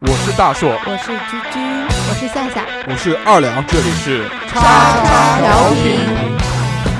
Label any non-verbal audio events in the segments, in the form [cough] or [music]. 我是大硕，我是居居，我是夏夏，我是二两，这里是叉叉调频。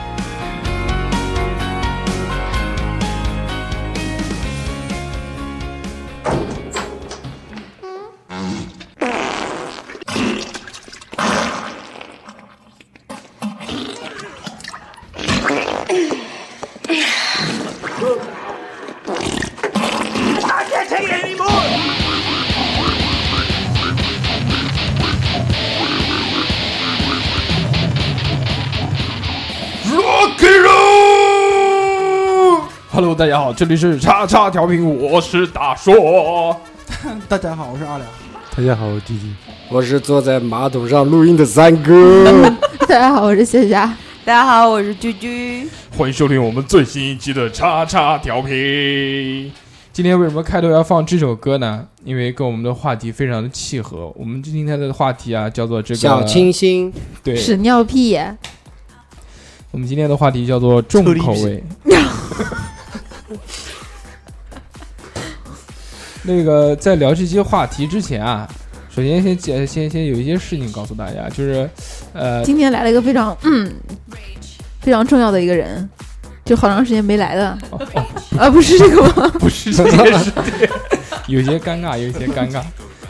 I can't take it anymore! Rock and roll! Hello，大家好，这里是叉叉调频，我是大硕。大家好，我是二两。大家好，我弟弟。我是坐在马桶上录音的三哥，大家好，我是夏夏。大家好，我是居居。欢迎收听我们最新一期的《叉叉调频》。今天为什么开头要放这首歌呢？因为跟我们的话题非常的契合。我们今天的话题啊，叫做这个小清新，对，屎尿屁，我们今天的话题叫做重口味。 [laughs] 那个在聊这些话题之前啊，首先先先先先有一些事情告诉大家，就是呃，今天来了一个非常嗯非常重要的一个人，就好长时间没来了。哦啊，不是这个吗？不是这件事情，有些尴尬，有些尴尬。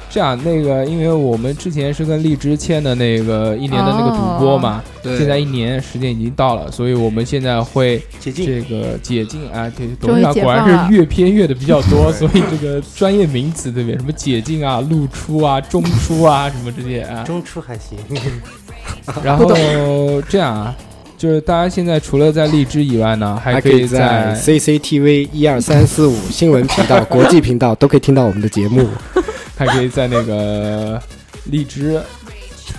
这样，那个，因为我们之前是跟荔枝签的那个一年的那个主哦播嘛，对现在一年时间已经到了，所以我们现在会解禁。这个解禁啊，对，董终事于长解果放然了是越偏越的比较多，所以这个专业名词对不对？什么解禁啊、露出啊、中出啊，什么这些啊，中出还行， [laughs] 然不后这样啊，就是大家现在除了在荔枝以外呢，还还可可以以在 CCTV 一二三四五新闻频道、国际频道都可以听到我们的节目，还可以在那 [laughs] 个荔枝，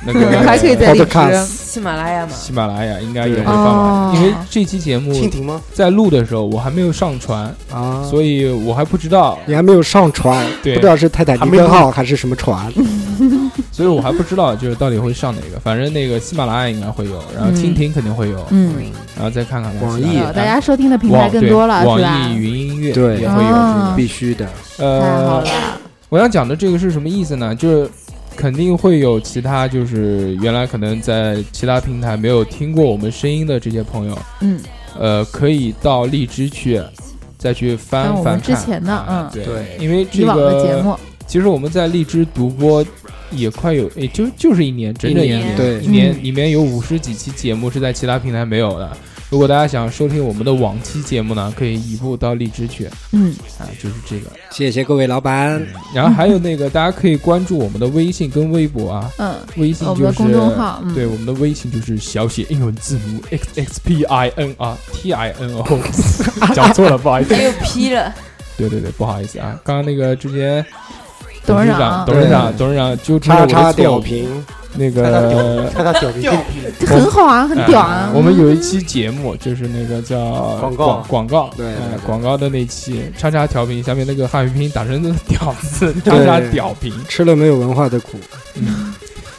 那个嗯还可以在荔枝 Podcast 喜马拉雅嘛，喜马拉雅应该也会对放完，哦因为这期节目蜻蜓吗？在录的时候我还没有上传，嗯啊。所以我还不知道，你还没有上船，对不知道是泰坦尼克号还是什么船。所以我还不知道就是到底会上哪个，反正那个喜马拉雅应该会有，然后嗯蜻蜓肯定会有，嗯，然后再看看吧网易其他的呃大家收听的平台网更多了，对是哎网易吧？云音乐对也会有啊这必须的，个，太好呃，了，我想讲的这个是什么意思呢？就是肯定会有其他，就是原来可能在其他平台没有听过我们声音的这些朋友，嗯，呃，可以到荔枝去再去翻翻我翻们看之前的啊嗯对，因为以这往的节个目，其实我们在荔枝独播也快有，也就就是一年，整整一年年，对一嗯年里面有五十几期节目是在其他平台没有的。如果大家想收听我们的往期节目呢，可以移步到荔枝去嗯，啊，就是这个。谢谢各位老板。然后还有那个，大家可以关注我们的微信跟微博啊，嗯，微信我们就的是公众号，嗯，对，我们的微信就是小写英文字母 x x p i n 啊 t i n o，讲错了，不好意思。又 P 哎了，对对对，不好意思啊，刚刚那个之前董事事长，长董事长，董事长纠正了我叉叉的吊错误。瓶，那看他屌，个看他屌皮，很好啊，很屌哎啊，我们有一期节目就是那个叫广告广广告，对哎对对广告的那期叉叉调频下面那个汉语拼音打成“屌”字，叉叉屌评。吃了没有文化的苦。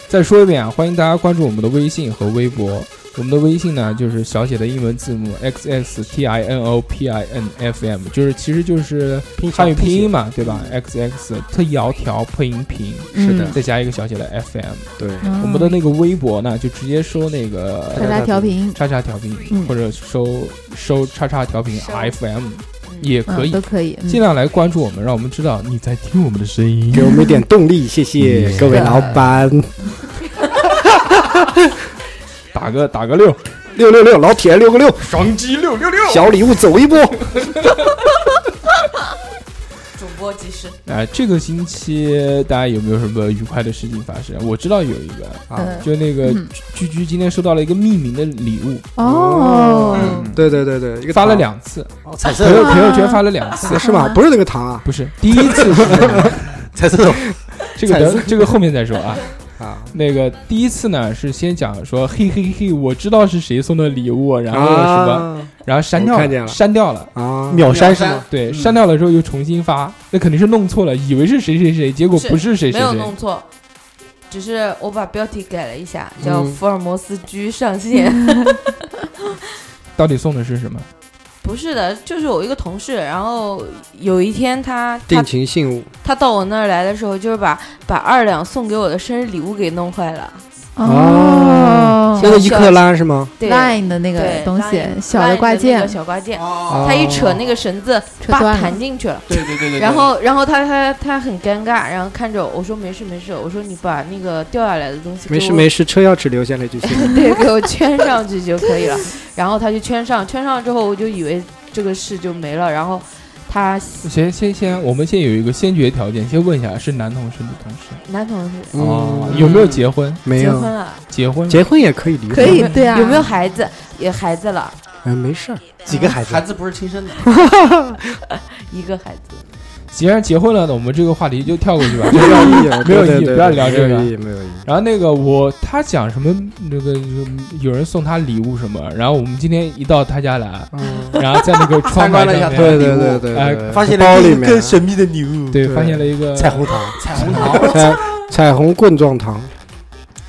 再说一遍啊，欢迎大家关注我们的微信和微博。我们的微信呢，就是小写的英文字母 x x t i n o p i n f m，就是其实就是汉语拼音嘛，对吧？x x 特摇条配音屏，嗯是的再加一个小写的 f m。对，嗯我们的那个微博呢，就直接搜那个大家调频，叉叉调频，嗯或者搜搜叉叉调频搜 f m 也可嗯，以都，可以，嗯尽量来关注我们，让我们知道你在听我们的声音给。我们一点动力，谢谢各位老板。打个打个六，六六六，老铁六个六，双击六六六。小礼物走一波。主播集市，哎，这个星期大家有没有什么愉快的事情发生？啊我知道有一个，啊嗯就那个嗯居居今天收到了一个匿名的礼物，哦，嗯对对对对，一个发了糖两次，哦彩朋色友朋友啊圈发了两 [laughs] 次，是吗？不是那个糖啊，不是第一次是彩色的 [laughs] 这个等这个后面再说啊。啊那个第一次呢是先讲说嘿嘿嘿，我知道是谁送的礼物，然后什么，然后删掉啊我看见了删掉了。啊？秒删是吗？对，嗯删掉了之后又重新发，那肯定是弄错了，以为是谁谁谁，结果是不是谁没谁有谁。弄错，只是我把标题改了一下，嗯叫福尔摩斯居上线。嗯到底送的是什么？ [laughs] 不是的，就是我一个同事，然后有一天他定他情信物他到我那儿来的时候，就是把把二两送给我的生日礼物给弄坏了。嗯哦那个一克拉是吗？对，Line 的那个对东西 Line-，小的 Line 挂那个件，小挂件，啊哦，他一扯那个绳子，扯叭断了弹进去了。对对对对。然后，然后他他他很尴尬，然后看着我我说没事没事，我说你把那个掉下来的东西给没事我没事，车钥匙留下来就行。 [laughs] 对，给我圈上去就可以了。然后他就圈上，圈上之后我就以为这个事就没了。然后他先先先，我们先有一个先决条件，先问一下是男同事女同事男同事哦嗯有没有结婚？没结有婚？了，结婚了结婚也可以离婚，可以对啊，有没有孩子？有孩子了，哎，没事儿，几个孩子孩？子不是亲生的，一个孩子。既然结婚了，那我们这个话题就跳过 [laughs] 去吧。没有意义，啊没有对对意义对不要聊没这个有意义，没有意义。然后那个我他讲什么那个有人送他礼物什么，然后我们今天一到他家来，嗯，然后在 [laughs] 那个窗参台观了一上下面，对对对对哎对，发现包了里一面啊个神秘的礼物，对对发现了一个彩虹糖，彩虹糖，彩彩虹棍状糖，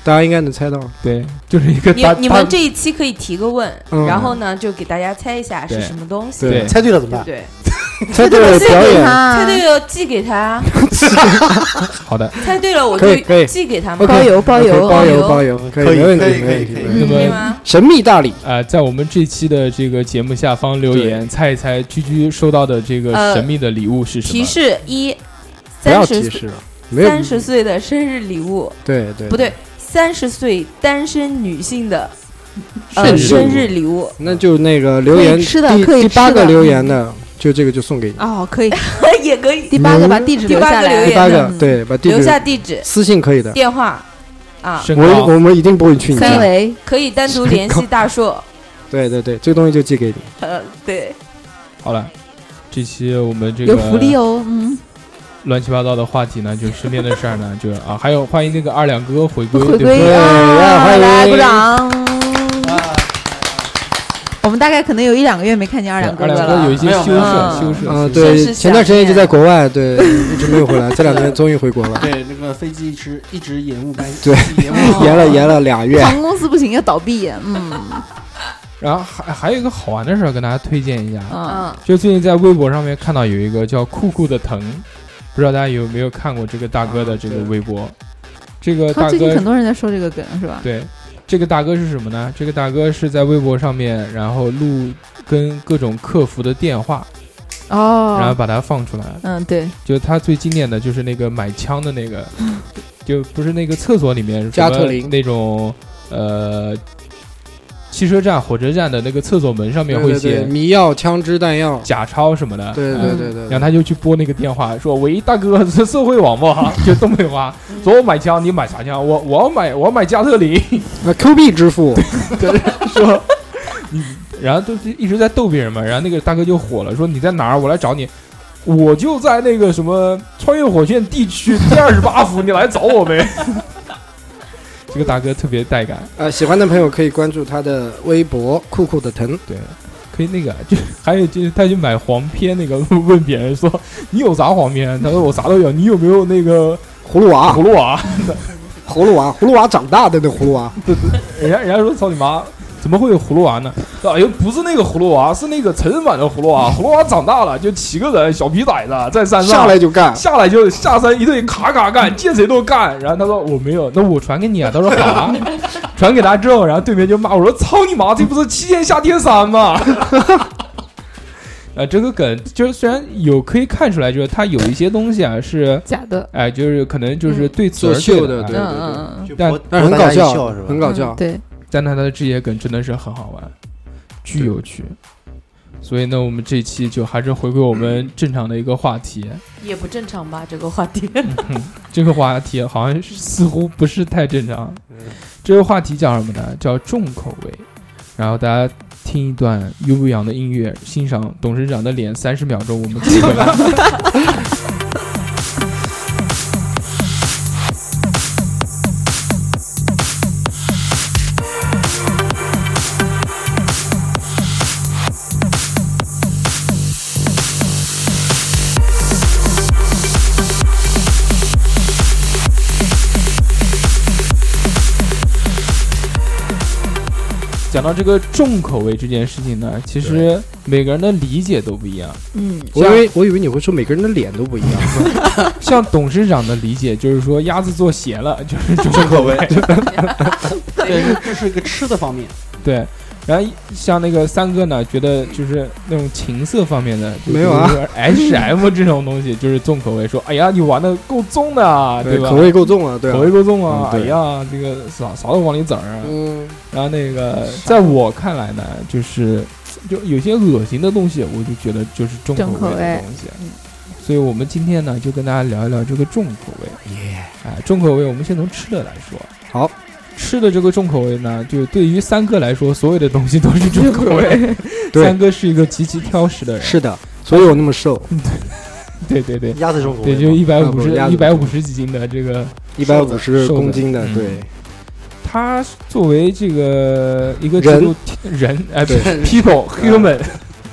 大家应该能猜到。对，就是一个你大你大们这一期可以提个问，嗯然后呢就给大家猜一下是对什么东西，对对，猜对了怎么对不办？对？猜对 [laughs] 了表给演，猜他对了寄给他，好的，猜对了我可以可就以寄给他嘛， OK，包邮包邮，包包邮邮包邮，哎可以可以没问题可以没问可以可题没以问题。那对么吗？神秘大礼，呃，在我们这期的这个节目下方留言，猜一猜居居收到的这个呃神秘的礼物是什提么？示一，不要三提十岁示了，没有三十岁的生日礼物，对对不对，，三十岁单身女性的生呃日礼物生日礼物，那就那个留言可以吃的第可以第吃的八个留嗯言的，就这个就送给你。哦，可以。 [laughs] 也可以第八个把地址第留八下个留来言，嗯第八个嗯对，把地留址下地址、私信可以的，电话啊，身我高我们一定不会去你三家。维，可以单独联系大硕。 [laughs] 对对对，这个东西就寄给你。呃，对，好了，这期我们这个有福利哦，嗯，乱七八糟的话题呢，就是身边的事儿呢，就是啊，还有欢迎那个二两哥回归，回对不对归要啊，哎欢迎来鼓掌。啊，我们大概可能有一两个月没看见二两二哥哥两哥有一了，些没有羞没有涩，嗯羞涩，啊，羞涩真对，是前段时间一直想念在国外， [laughs] 对，一直没有回来，这两天终于回国了，对，那个飞机一直一直延误班，对，延哦误延了延了俩月。航空公司不行要倒闭， [laughs] 嗯然后还还有一个好玩的事儿跟大家推荐一下，嗯，嗯，就最近在微博上面看到有一个叫酷酷的疼，不知道大家有没有看过这个大哥的这个微博？这个他大最近哥很多人在说这个梗是吧？对，这个大哥是什么呢？这个大哥是在微博上面，然后录跟各种客服的电话，然后哦，把它放出来。嗯对，就他最经典的就是那个买枪的那个，就不是那个厕所里面什么嗯加特林那种呃。汽车站、火车站的那个厕所门上面对会对对，写迷药、枪支、弹药，假钞什么的，对嗯对对对然后对，他就去拨那个电话，说：“喂，大哥，是社会网吗？就东北话，说我买枪，你买啥枪？我我要买我要买加特林。那 Q 币支付，说，你然后都是一直在逗别人嘛。然后那个大哥就火了，说你在哪儿？我来找你。我就在那个什么穿越火线地区第二十八府，你来找我呗。 [laughs] 这个大哥特别带感，呃，喜欢的朋友可以关注他的微博“酷酷的疼可以那个就还有就是他去买黄片那个，问别人说你有啥黄片？他说我啥都有。你有没有那个葫芦娃葫，芦娃？葫芦娃，葫芦娃长大的那葫芦娃，人家人家说操你妈，怎么会有葫芦娃呢？哎呦，不是那个葫芦娃，是那个成人版的葫芦娃。葫芦娃长大了就骑个人小皮崽子在山上上来就干，下来就下山一顿卡卡干，见谁都干。然后他说我没有，那我传给你啊。他说好啊，传给他之后，然后对面就骂我说操你妈，这不是七天下天山吗？ [laughs] 呃，这个梗就是虽然有可以看出来，就是它有一些东西啊是，假的，哎、就是可能就是对词作而对秀的哎嗯对对嗯嗯，就但博但是很博搞大家一笑，是吧很搞笑嗯。对，但他的这些梗真的是很好玩，巨有趣。所以呢，我们这期就还是回归我们正常的一个话题。嗯也不正常吧这个话题。这个话题好像是似乎不是太正常。这个话题叫什么呢？叫重口味。然后大家听一段悠悠扬的音乐，欣赏董事长的脸三十秒钟，我们接回来。讲到这个重口味这件事情呢，其实每个人的理解都不一样。嗯，我以为我以为你会说每个人的脸都不一样，像董事长的理解就是说，鸭子做咸了，就是就是重口味，这这是一个吃的方面，对。然后像那个三哥呢，觉得就是那种情色方面的，没有啊，H M 这种东西就是重口味，说哎呀，你玩的够重的啊，吧？口味够重啊，对啊口，味够重啊！哎嗯对呀，这个啥啥都往里整儿啊。嗯，然后那个，在我看来呢，就是就有些恶心的东西，我就觉得就是重重口口的味东西嗯。所以我们今天呢，就跟大家聊一聊这个重口味。哎，重口味，我们先从吃的来说。好，吃的这个重口味呢，就对于三哥来说，所有的东西都是重口味。[laughs] 对三哥是一个极其挑食的人。是的，所以我那么瘦，对对对鸭子重口味对，吗，就一百五十不鸭一子百五十几斤的这个一百五十瘦的公斤的嗯，对，他作为这个一个人制度体人，哎，对对啊，people human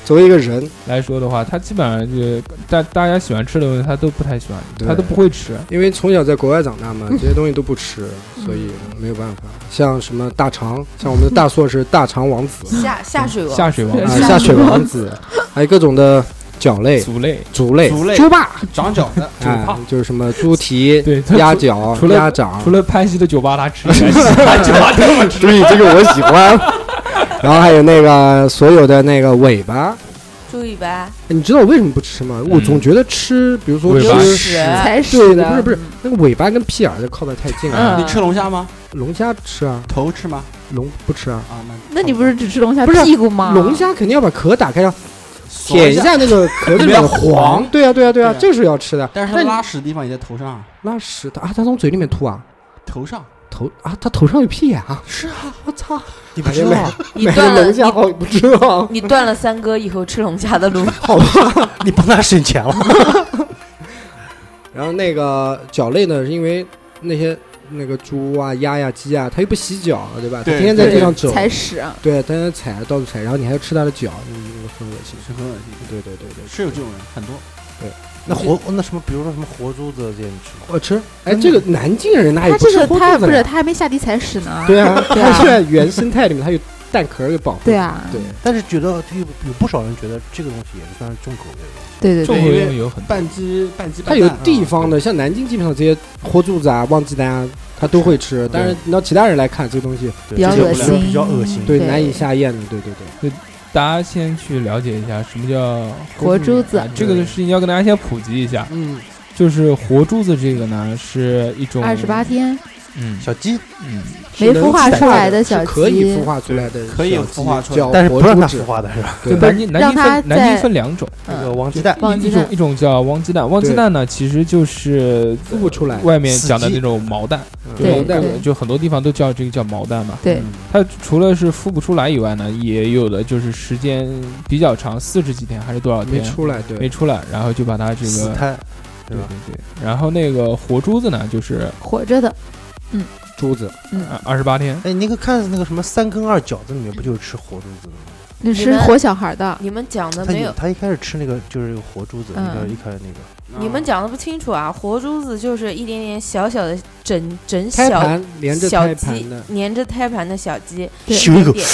作为一个人，来说的话，他基本上就大大家喜欢吃的东西，他都不太喜欢，对他都不会吃。因为从小在国外长大嘛，这些东西都不吃，所以没有办法。像什么大肠，像我们的大硕是大肠王子 [laughs] 下下水哦王，下水王啊，下嗯下水王子，还有各种的脚 [laughs] 类、族类，足类、族类猪爸，长脚的，哎，就是什么猪蹄、对，他 [laughs] 鸭除脚除、了鸭掌，除了潘西的酒吧他吃以外，其他酒 [laughs] 吧都不吃。对，这个我喜欢。然后还有那个所有的那个尾巴，猪尾巴，你知道我为什么不吃吗？我总觉得吃，比如说尾巴吃屎才对，是的，不是不是，那个尾巴跟屁眼儿就靠得太近了。嗯你吃龙虾吗？龙虾吃啊，头吃吗？龙不吃啊，啊，那那你不是只吃龙虾不是啊屁股吗？龙虾肯定要把壳打开，然后舔一爽，下那个壳里里面面的黄黄。 [laughs] 对啊对啊对对，啊啊这个是要吃的。但是它拉屎的地方也在头上，拉屎的啊，它从嘴里面吐啊，头上头啊，它头上有屁眼啊！哎是啊，我操，你不知道啊，你买断个了龙虾你好不知道。你断了三哥以后吃龙虾的路， [laughs] 你帮他省钱了，然后那个脚类呢，是因为那些那个猪啊、鸭呀、鸡啊，它又不洗脚，对吧？它对天天在地上走，才屎啊，对，它踩到处踩，然后你还要吃它的脚，你你很恶心。是很恶心，对对对对，是有这种人很多，那活那什么，比如说什么活珠子这些你吃吗？我吃。嗯哎，这个南京人哪有他这吃个活他肚不是子的？他还没下地踩屎呢，对啊，对啊它是在原生态里面，它有蛋壳给保护。对，啊，对但是觉得有有不少人觉得这个东西也是算是重口味的。对对重对，口味有很多。半鸡半鸡它半蛋有啊，地方的，像南京基本上这些活肚子啊、旺鸡蛋啊，它都会吃。但是你到其他人来看，这个东西对比较这些恶不是心比较恶心。对对难以下咽的。对对对，大家先去了解一下什么叫活珠子啊这个事情要跟大家先普及一下，嗯，就是活珠子这个呢是一种二十八，天嗯小鸡，嗯，没孵化出来的是小可以鸡孵，化出来的，可以有孵化出来叫但是不让活它珠孵子化的是吧？就对南京南让京它分南京在分两种。那个嗯，王鸡蛋，忘一记一种一种叫汪鸡蛋，汪鸡对蛋呢，其实就是孵不出来。外面讲的死鸡那种毛蛋，嗯对毛蛋对就很多地方都叫这个叫毛蛋嘛。对，嗯它除了是孵不出来以外呢，也有的就是时间比较长，四十几天还是多少没天出来，没对，出来，然后就把它这死个胎，对对吧对对，然后那个活珠子呢，就是活着的，珠子嗯，二十八天，哎，你可看那个什么三根二饺子里面不就是吃活珠子的吗？那你是们活小孩的， [laughs] 你们讲的他没一有，他一开始吃那个就是活珠子，一嗯个一开始那个你嗯们讲的不清楚啊。活珠子就是一点点小小的整整胎小盘连着小胎鸡盘的，粘着胎盘的小鸡，对咻一口，点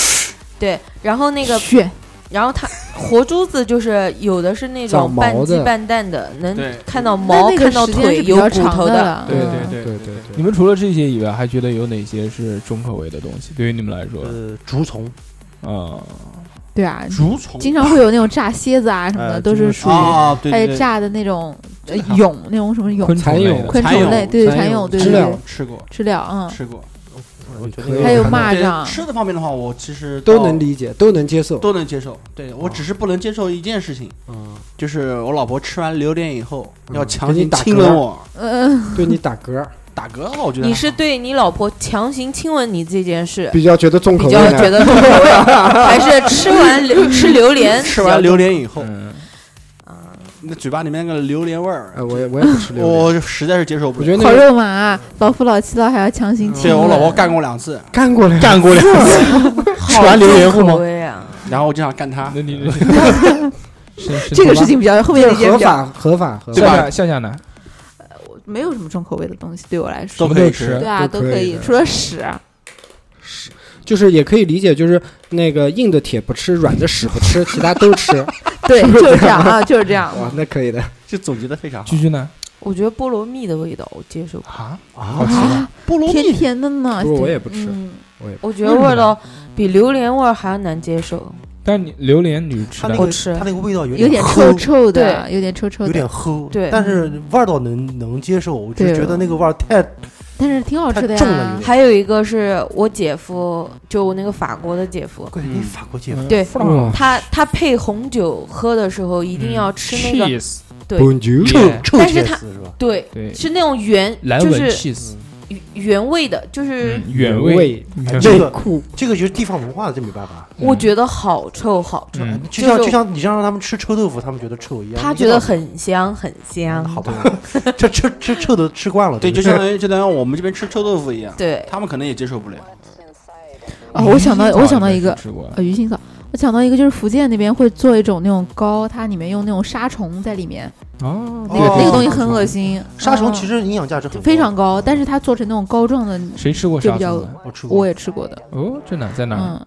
对，然后那个，血然后它活珠子就是有的是那长种毛半鸡的半蛋的，能对看到毛那，那看个到时间腿是比有骨较长头的的。了，对对嗯对对对对你们除了这些以外，还觉得有哪些是重口味的东西？对于你们来说，呃，竹虫，啊，对啊，竹虫经常会有那种炸蝎子啊什么的，呃都是就是属于啊，对哎对对，炸的那种呃蛹那种什么蛹昆虫类蚕的蛹昆虫类，蚕蛹对对蚕蚕蛹对知对了对吃过知了，嗯，吃过，我觉可得以还有看到蚂对蚱，吃的方面的话，我其实都到能理解，都能接受。都能接受，对啊我只是不能接受一件事情，嗯，就是我老婆吃完榴莲以后嗯要强给行你打亲嗝吻我，嗯，对你打嗝打嗝的话，我觉得你还是好对你老婆强行亲吻你这件事比较觉得重口比味较觉呢，得重口味，还是吃完榴吃榴 [laughs] 莲吃完榴莲以后，嗯，啊？那嘴巴里面那个榴莲味儿，呃，我也我也不吃榴莲，我实在是接受不了。我觉得烤那个肉麻，老夫老妻了还要强行亲对吻，我老婆干过两次，干过来， [laughs] 干过两次， [laughs] [laughs] 吃完榴莲后口吗？味啊！然后我就想干 [laughs] 她，那 [laughs] 你 [laughs] 这是是这个事情比较后面这的一件合比较法合法合夏法，夏夏夏呢？没有什么重口味的东西对我来都说，可以什么吃都对。啊都都可可以以，的除了屎，就是也可以理解，就是那个硬的铁不吃，软的屎不吃，其他都吃。 [laughs] [laughs] 对，就是这样啊，就是这样。哇，那可以的。这总结的非常好居居呢？我觉得菠萝蜜的味道我接受不了，啊，啊好奇怪，菠萝甜蜜甜的呢，不过我也不吃，嗯我也，我觉得味道比榴莲味儿还要难接受。但你榴莲你吃它那的我个吃它那个味道有有点齁臭臭的，有点臭臭有点的，齁，对但是味道能能接受，我就对觉得那个味儿太但是挺好吃的太重了有呀点。还有一个是我姐夫，就我那个法国的姐哦夫，怪你法国姐夫，对弗朗他他配红酒喝的时候一定嗯要吃那个， cheese，对 Bonjour 臭耶臭但是切它丝是吧？嗯对，对，是那种原蓝就纹是 cheese，原味的，就是嗯原味，嗯哎这这个这个就是地方文化，这没办法。我觉得好臭好臭，嗯就像就是就像你像让他们吃臭豆腐，他们觉得臭一样。他你知觉道得吗嗯很香很香，好吧，这吃吃臭的吃惯了，对，就这相当于就等于我们这边吃臭豆腐一样，对，他们可能也接受不了。啊！我想到鱼腥草我想到应该一个是吃过的呃鱼腥草，我想到一个就是福建那边会做一种那种糕，它里面用那种杀虫在里面，哦，呃那个那个东西哦很恶心。杀虫其实实营养价值很嗯非高嗯常高，但是它做成那种膏状的，谁吃过就沙比较司呢？我吃过我，也吃过的。哦，真的在哪儿？嗯，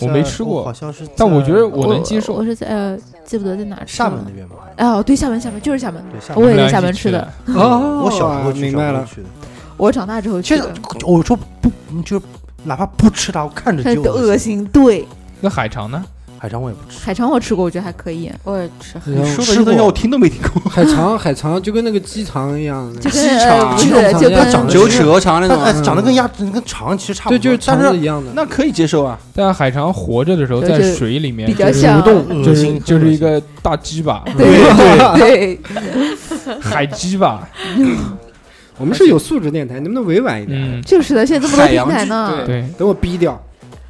我没吃过在好像是在，但我觉得我能接我受。是在呃记不得在哪儿吃厦门的那。边吧。哦，对，厦门，厦门就是厦门。对，厦我门也你们在俩厦一起门吃吃的的，哦我小时候去明白了小时候去的。我长大之后其去实的，我说不，就是哪怕不吃它，我看着看就都恶。心。对，那海肠呢？海肠我也不吃，海肠我吃过，我觉得还可以，我也 [laughs] 吃。然后说的一顿让我 [laughs] 听都没听过。海肠，海肠就跟那个鸡肠一样， [laughs] 就鸡跟肠啊呃不是鸡肠就怎么样跟长得鹅肠那它哎嗯长得跟鸭跟肠其实差不对，多，就是肠但子是一样的。那可以接受啊。但海肠活着的时候对在就水里面比较就是像蠕动就恶是心，就是一个大鸡巴，对，对，海鸡巴，我们是有素质电台，能不能委婉一点？嗯，就是的，现在这么多平台呢，对。等我逼掉。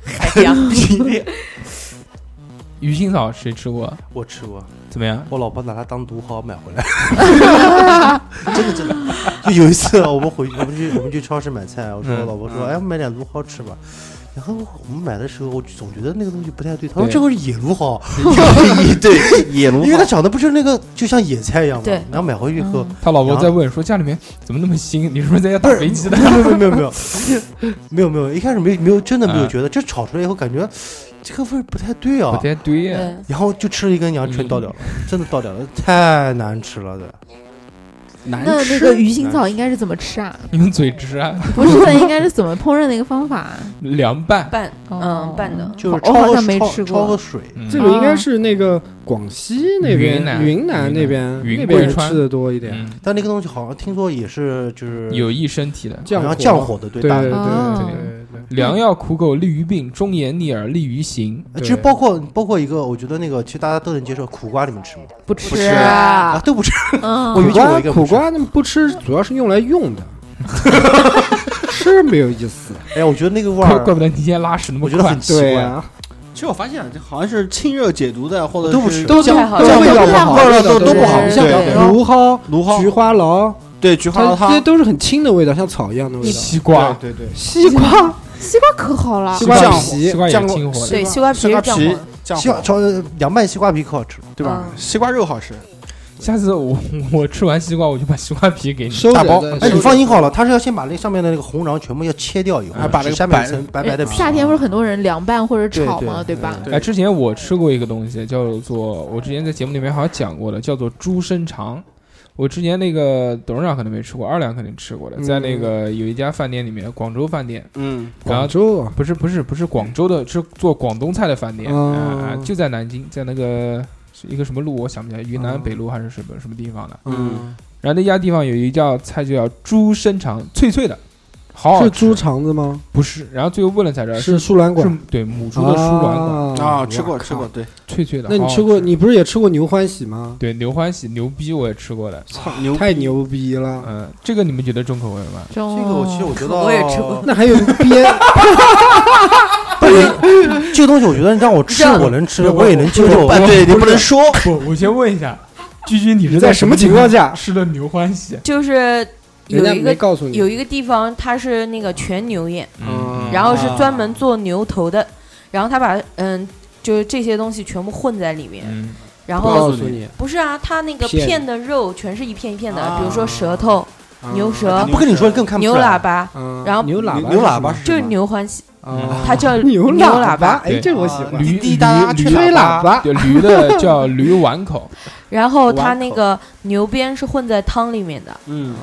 海洋鱼腥草谁吃过？我吃过，怎么样？我老婆拿它当毒蒿买回来， [laughs] 真的真的。就有一次啊我们回我们去我们去超市买菜，我说我嗯老婆说，嗯哎，我买点芦蒿吃吧。然后我们买的时候，我总觉得那个东西不太对。他说对这个是野芦蒿， [laughs] 对，野龙因为它长得不是那个，就像野菜一样嘛。对然后买回去以后，他老婆在问说家里面怎么那么腥？你是不是在家打飞 [laughs] 机的？没有没有没有没有没有没有，一开始没没有真的没有啊觉得，这炒出来以后感觉这个味儿不太对啊不。太对呀。对，然后就吃了一根，然后全倒掉了，真的倒掉了，太难吃了的。难那那吃个鱼腥草应该是怎么吃 [laughs] 啊？你用嘴吃啊， [laughs] 不是的，应该是怎么烹饪的一个方法？啊凉拌。拌哦嗯拌的，就是我焯好个像没吃焯过焯个水，嗯这个应该是那个广西那边、云南云南那边、云那南边贵川吃的多一点，嗯，但那个东西好像听说也是就是有益身体的。好降像火降火的，对对大对对哦对对良药苦口利于病，忠言逆耳利于行。嗯其实包括包括一个，我觉得那个其实大家都能接受，苦瓜你们吃吗？不吃，啊，都不吃，嗯我哦以为苦就我瓜一个苦不吃。瓜那么不吃，主要是用来用的， [laughs] 吃没有 [laughs] 意思。哎呀，我觉得那个味怪儿怪，不得你今天拉屎那么我觉得快很。奇对啊怪。呀，其实我发现这好像是清热解毒的，或者都不是吃不太好都吃都味道不好，味道都都不好对对像芦蒿、芦蒿菊花醪，对菊花它的这些汤，都是很轻的味道，像草一样的味道。西瓜，对对西瓜，西瓜可好了西，瓜瓜皮，皮西瓜也酱清火的。对，西瓜对，皮西是瓜酱皮黄，降西瓜火，炒凉拌西瓜皮可好吃了，对吧？嗯西瓜肉好吃，下次我 [laughs] 我吃完西瓜，我就把西瓜皮给你。收大着包的哎，收你着放心好了，他是要先把那上面的那个红瓤全部要切掉以后哎，把那个只下面白一层白白的皮。夏天不是很多人凉拌或者炒嘛，对对对吧？哎，之前我吃过一个东西，叫做我之前在节目里面好像讲过的，叫做猪生肠。我之前那个董事长可能没吃过，二两肯定吃过的，在那个有一家饭店里面，广州饭店，嗯，然后嗯广州啊，不是不是不是广州的，是做广东菜的饭店，哦啊，就在南京，在那个是一个什么路我想不起来，云南哦北路还是什么什么地方的。嗯，然后那家地方有一道菜就叫猪生肠，脆脆的，好好是吃猪肠子吗？不是？然后最后问了才知道哦是是输卵管是，对母猪的输卵管，嗯啊，吃过吃过，。对，脆脆的。那你好好吃过？吃你不哦是也吃过牛欢喜吗？对牛欢喜牛逼我也吃过啊的，操牛太牛逼了！嗯，这个你们觉得重口味吗？这这个我其实我觉得哦我也吃过那还有边不是这个东西，我觉得让我吃，我能吃，我也能接受。哎，对你不能说， [laughs] 不，我先问一下，居居你是你在什么情况下？吃的牛欢喜？就是有人家一个没告诉你有，一个地方它是那个全牛宴，嗯，啊然后是专门做牛头的，然后他把嗯就是这些东西全部混在里面，嗯，然不告后诉你，不是啊，它那个片片的肉全是一片一片的，啊比如说舌头、牛舌他、不跟你说更看不牛出来喇叭，嗯然后啊牛喇叭，牛牛喇叭是是就是吗牛欢喜，啊，[laughs] 它叫牛喇叭，哎，对这我喜欢驴滴答驴吹驴吹喇叭，就驴的叫驴碗口，然后它碗口那个牛鞭是混在汤里面的。嗯，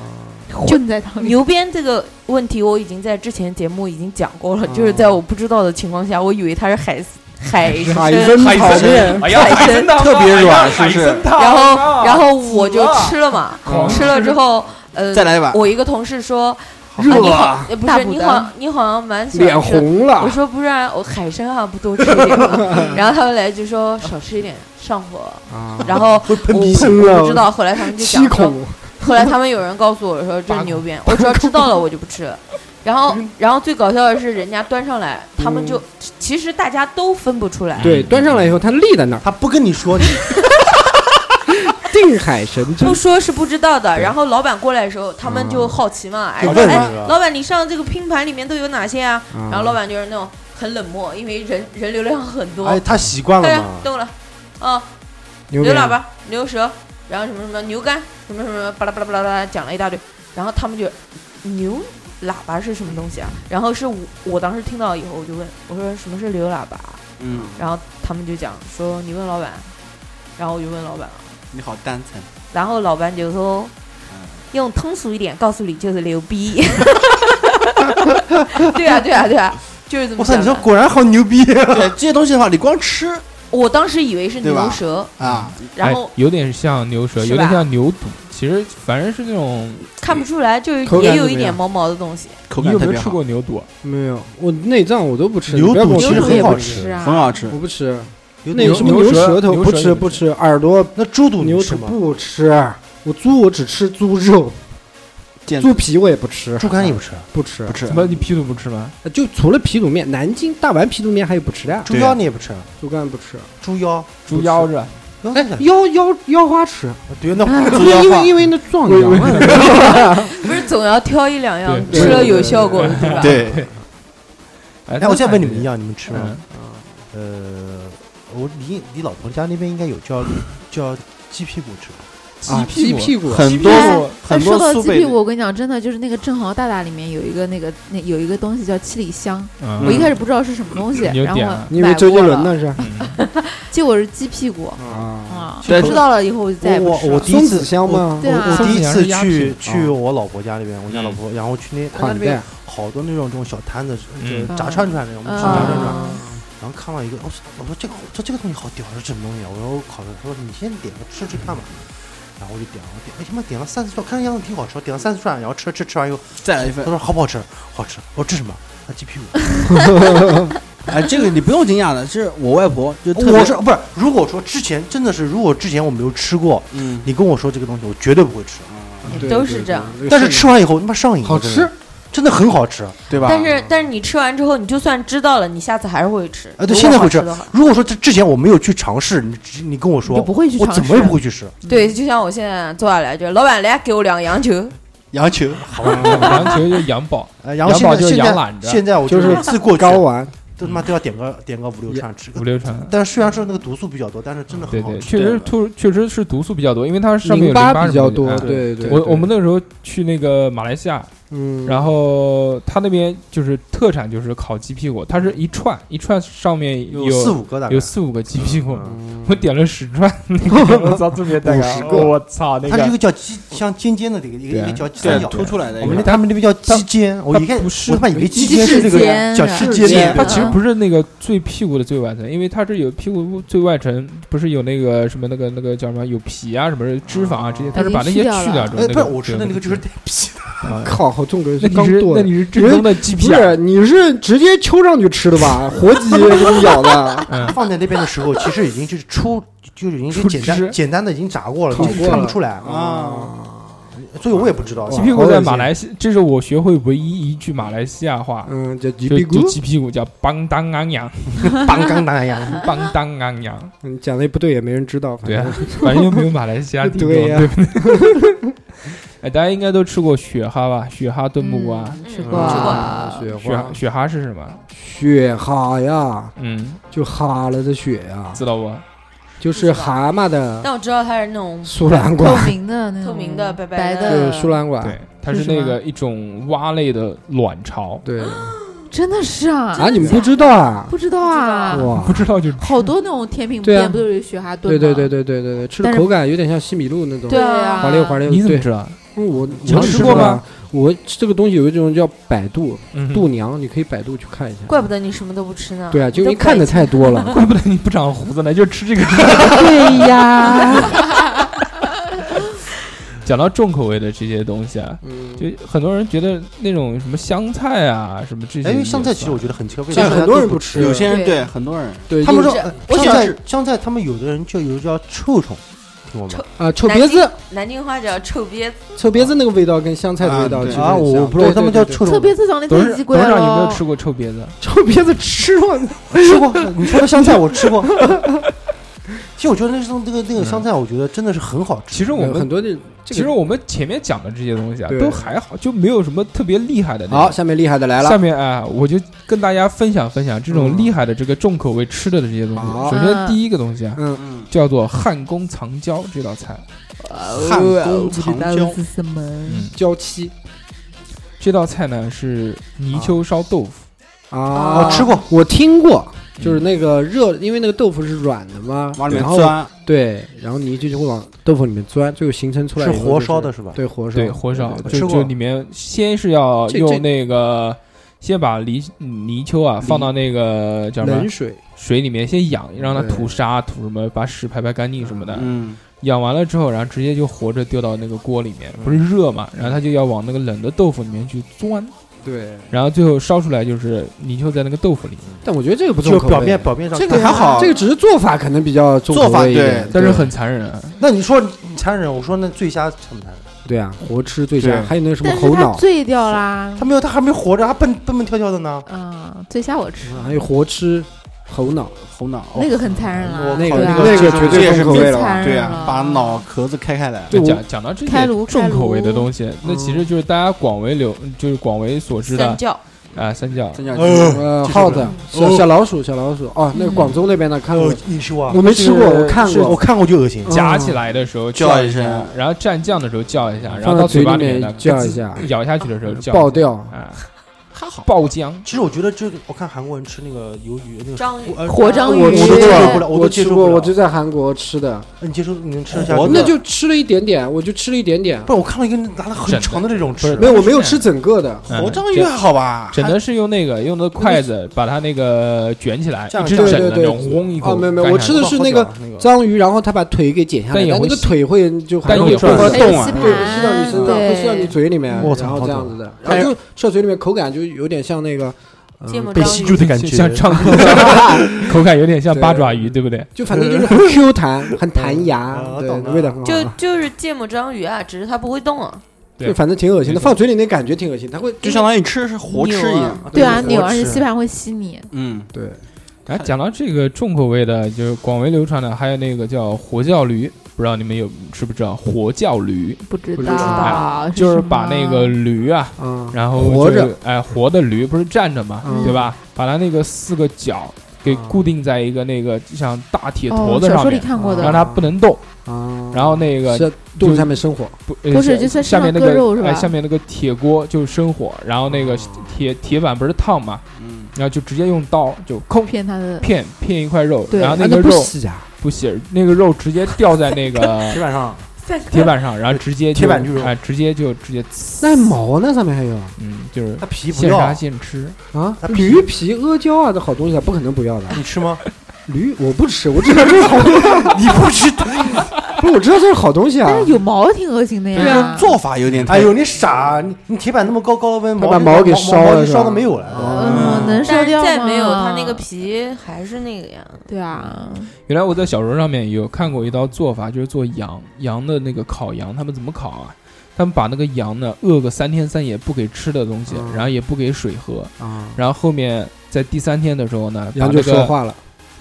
就你在汤里，牛鞭这个问题，我已经在之前节目已经讲过了，嗯就是在我不知道的情况下，我以为它是海海海参参炒面，哎呀，海参汤特别软哎呀是不是海参汤然啊后然后我就死了吃了嘛，狂吃了之后，呃，再来啊一碗，我一个同事说，啊热你好啊，呃不大是补你的好，你好像蛮喜欢脸吃的。红啊我了，说不然我海参啊不多吃一点吗？然后他们来就说少吃一点上火，然后会喷我鼻青我了，不知道，后来他们就七讲说，孔，后来他们有人告诉我说这是牛鞭，我只要知道了我就不吃了。然后，然后最搞笑的是，人家端上来，他们就其实大家都分不出来，对，端上来以后它立在那儿，他不跟你说，你定海神针不，说是不知道的。然后老板过来的时候，他们就好奇嘛，哎就说问哎是吧，老板你上这个拼盘里面都有哪些啊？啊嗯然后老板就是那种很冷漠，因为人人流量很多。哎，他习惯对了呀嘛，，动了，啊，牛牛鞭喇叭、牛舌，然后什么什么牛肝，什么什么巴拉巴拉巴拉巴拉，讲了一大堆，然后他们就牛喇叭是什么东西啊？然后是我我当时听到以后，我就问我说什么是牛喇叭？嗯，然后他们就讲说你问老板，然后我就问老板了，你好单纯，然后老板就说。 [laughs] 用通俗一点告诉你，就是牛逼。 [laughs] 对啊，对啊，对啊，就是这么我操，讲你说的。果然好牛逼啊！对这些东西的话，你光吃我当时以为是对吧牛舌，啊，然后哎有点像牛舌，是吧有点像牛肚，其实反正是那种。看不出来，就是口感也怎有么一点样毛毛的东西。口你感有特没有别吃好，过牛肚？啊没有，我内脏我都不吃，牛你不要肚跟我其实说牛肚很也好不吃吃啊，很好吃我，不吃，那牛个什么牛舌头牛不舌吃也不吃，耳朵那猪肚你牛吃肚吗？不吃，我猪我只吃猪肉，见猪皮我也不吃，啊猪肝也不吃，啊不吃不，吃怎，么你屁股不吃吗？就除了皮肚面，南京大碗皮肚面还有不吃的啊，猪腰你也不吃，猪肝不吃，猪腰，猪腰子，腰哎干啥腰腰腰花吃，对，那不猪是腰因花为因为那壮阳啊，不是总要挑一两样对吃了对有对效果的，对吧？对，哎哎，我现在问你那们一样，你们吃吗嗯？呃，我离离老婆家那边应该有叫叫鸡屁股吃，啊鸡屁股很多很说多到苏鸡贝屁股，我跟你讲，真的就是那个正好大大里面有一个那个那有一个东西叫七里香，嗯我一开始不知道是什么东西，你有然后点我啊你以为买周杰过伦了？呢是？嗯结果是鸡屁股啊，啊，对知道了以后我就再也不我吃我了。第一松次子香吗？对啊我第一次鸭屁去股去我老婆家那边，我家嗯老婆，然后去那她那款边待好多那种这种小摊子，嗯就炸串串那种，我们吃炸串串。啊然后看到一个，我说我说这个我说这个东西好屌，是什么东西啊？我说我靠，他说你先点个吃吃看吧。然后我就点了，我点，哎他妈点了三四串，看样子挺好吃，点了三四串，然后吃吃吃完以后，再来一他份，说好不好吃？好吃。我说这什么？啊鸡屁股。哎，这个你不用惊讶的，是我外婆就特别我是哦不是？如果说之前真的是，如果之前我没有吃过，嗯，你跟我说这个东西，我绝对不会吃。也都是这样。但是吃完以后，他妈上瘾了，好真吃的，，真的很好吃。对吧？但是但是你吃完之后，你就算知道了，你下次还是会吃。啊对如果现在好会吃吃的话，如果说这之前我没有去尝试，你只你跟我你就说不，会去我尝试，怎么也不会去吃。对，就像我现在坐下来，就老板来给我两个羊球，羊球，好吧， [laughs] 羊球就羊宝，呃然后羊现宝在就是现羊在懒着现在我就是每次过去睾丸，都他妈都要点个点个五六串吃个五。六串。但是虽然说那个毒素比较多，但是真的对很好对，吃。确实突确实是毒素比较多，因为它上面有淋淋巴巴比什么较的多哎，对对。我对我们那个时候去那个马来西亚，嗯，然后他那边就是特产就是烤鸡屁股，它是一串一串上面有四五个大概有。四五个鸡屁股，嗯我点了十串，那个我操，特别大五概十，个我操那它是一个。个叫鸡，像尖尖的这个一个对一啊个叫对哎三角凸出来的我一们个那，他们那边叫鸡尖，我一开始不是我他妈以为鸡鸡尖是这个翅尖叫是鸡尖吧尖啊它其实嗯不是那个最屁股的最外层，因为它这有屁股最外层，不是有那个什么那个那个叫什么有皮啊什么脂肪啊这些，它是把那些已经去掉了去掉之后。哎，不是个我吃的那个就是带皮的，啊靠，好中国人那是你刚是剁那的。你是正宗的鸡不屁啊？是，你是直接揪上去吃的吧？活鸡给你 [laughs] 咬的，嗯， [laughs] 放在那边的时候，其实已经就是出，就是已经是出简汁单简单的已经炸过了，烤就是过看不了出来啊。所以我也不知道，啊鸡哇屁股好恶在心马来西，这是我学会唯一一句马来西亚话，嗯，叫鸡就屁就股。鸡屁股叫邦当 [laughs] 安阳，邦刚当 [laughs] 然邦当安 [laughs] 阳，嗯，讲的也不对，也没人知道。反对啊正，反正又没有马来西亚地方，对呀对不对？ [laughs] 哎，大家应该都吃过雪蛤吧？雪蛤炖木瓜，嗯吃过啊啊雪嗯雪花蛤，雪蛤是什么？雪蛤呀，嗯，就哈了的雪呀，知道不？就是蛤蟆的但我知道它是那种苏兰嗯透管，明的那种透明的白白白的就是啊的苏兰管，啊对，它是是什那么个一种蛙类的卵巢，对，真的是啊，啊，你们不知道啊？不知道啊，哇不，知道哎就好多那种甜品对啊店不都是雪蛤炖对吗？对对对对对对，吃的但是口感有点像西米露那种，对啊，滑溜滑溜。你怎么对，知道？因为我你们我吃吃过吗啊？我这个东西有一种叫百度嗯度娘，你可以百度去看一下。怪不得你什么都不吃呢。对啊，就你因都为看的怪太多了。怪不得你不长胡子呢，就吃这个。哎对呀， [laughs] 讲到重口味的这些东西啊，嗯，就很多人觉得那种什么香菜啊，什么这些也哎，算，因为香菜其实我觉得很奇怪，为但什是么很多人大家都不不吃，有些人对对，很多人对他们说是呃我香小菜香菜，他们有的人就有叫臭虫，听过吗臭？啊，臭南鼻京子，南京话叫臭鳖子，臭鼻子那个味道跟香菜的味道啊其对实啊，很我像不知道，对他们对叫对臭特虫。别是长得董太事奇董怪事了。哦长有没有吃过臭鳖子？臭鼻子吃过呢，吃过，你说的香菜我吃过。其实我觉得那种那个那个香菜，我觉得真的是很好吃。其实我有很们多的。其实我们前面讲的这些东西啊，对都还好，就没有什么特别厉害的那种。好，下面厉害的来下了，嗯面啊，我就跟大家分享分享这种厉害的这个重口味吃的这些东西。好首先第一个东西啊，嗯，嗯，叫做汉宫藏椒这道菜。汉宫不知长道椒是什么？嗯，娇妻这道菜呢是泥鳅烧豆腐。啊，吃过，我听过，嗯嗯就是那个热，因为那个豆腐是软的嘛，往里面然后钻，对，然后泥鳅就会往豆腐里面钻，最后形成出来是以后活就是烧的，是吧？对，火烧，对，火烧对对吃就过就里面先是要这这用那个，先把泥泥鳅啊放到那个叫什么冷水，水里面先养，让它对吐沙吐什么，把屎排排干净什么的。嗯，养完了之后，然后直接就活着丢到那个锅里面，不是热嘛，然后它就要往那个冷的豆腐里面去钻，对，然后最后烧出来就是泥鳅在那个豆腐里，但我觉得这个不重就口味，表面表面上这看个还好，这个只是做法可能比较重口做法味一点，对但是很残忍啊。那你说你残忍，我说那醉虾残不残忍？对啊，活吃最对香，还有那什么但是猴它脑，醉掉啦他。没有，他还没活着，还笨笨笨跳跳的呢。嗯，醉虾我吃，还有活吃猴脑，哦猴脑，那个很残忍我了，靠对那个啊那个绝这也对是重口必味别了吧，残对忍啊了，把脑壳子开开来，对那我讲讲到这开些颅重口味的开颅东西，那其实就是大家广为流，就是广为所知的三叫啊，三角真叫呃，这是耗不子是，小哦小老鼠，小老鼠，哦，嗯那个广州那边的看过哦，，你吃过啊？我没吃过，是我看我过，看过就恶心。夹起来的时候叫一一声，然后蘸酱的时候叫一下，然后放到到嘴嘴巴里面面的叫一下，咬下去的时候叫一下爆掉，啊，爆浆。其实我觉得这个，我看韩国人吃那个鱿鱼，那个章鱼呃活章鱼我都接受不了，我都吃接受过，不了。我就在韩国吃的，你接受，你能吃得下活去的吗？那就吃了一点点，我就吃了一点点，不是，我看到一个拿了很长的那种吃不没是，有，我没有吃整个的，嗯活章鱼还好吧？整的是用那个用那个筷子把它那个卷起来，这样一只这整样的对对对然后嗡一口哦干没下有去。没有我吃的是那个啊章鱼，然后他把腿给剪下来，但也但会那个腿会就还但是也会会动会啊吸对，盘会吸到你身上，对会吸到你嘴里面，然我后操这好样痛子的，然后就吃到嘴里面口感就有点像那个，嗯芥末被章吸住鱼，的感觉，像张口， [laughs] 口感有点像八爪鱼，对不对？就反正就 [laughs] 是很 Q 弹，很弹牙嗯，对懂，了味道很好。就就是芥末章鱼啊，只是它不会动啊。对就反正挺恶心的，没错放嘴里那感觉挺恶心，它会就相当于你吃是活吃一样，对啊，对扭，活而且吃吸盘会吸你。嗯，对，然哎后讲到这个重口味的，就是广为流传的，还有那个叫活叫驴，不知道你们有知不知道？活叫驴不知不知道道，是就是什么把那个驴啊，嗯，然后活着就是，哎，活的驴不是站着嘛，嗯对吧？把它那个四个角给啊固定在一个那个就像大铁坨嗯哦，子小上说里面，看过让的，它不能动。啊，然后那个是肚子上面生火，不呃不是下就在身下上面那割个肉是吧哦哎，下面那个铁锅就生火，然后那个铁铁板不是烫嘛，嗯，然后就直接用刀就空骗他的片片一块肉，对然后啊那个不肉洗啊，不洗，那个肉直接掉在那 [laughs] 个铁板上铁板上，然后直接就铁板巨肉哎，直接就直接呲，那毛呢？上面还有嗯，就是它皮不现杀要，现吃。啊它，皮驴皮、阿胶啊，这好东西啊，不可能不要的。你 [laughs] 吃吗？驴我不吃，我知道这是好，你不吃，啊不是我知道这是好东西啊但。是有毛挺恶心的这呀个。做法有点太哎呦，你傻，你你铁板那么高高的温，他毛把就毛给烧烧了毛就是吧烧的没有了哦都。嗯，能烧但是掉吗？再没有它那个。皮还是那个样，对啊，原来我在小说上面有看过一道做法，就是做羊羊的那个烤羊，他们怎么烤啊？他们把那个羊呢饿个三天三夜不给吃的东西，嗯然后也不给水喝，啊，然后后面在第三天的时候呢，把羊那就说个话了，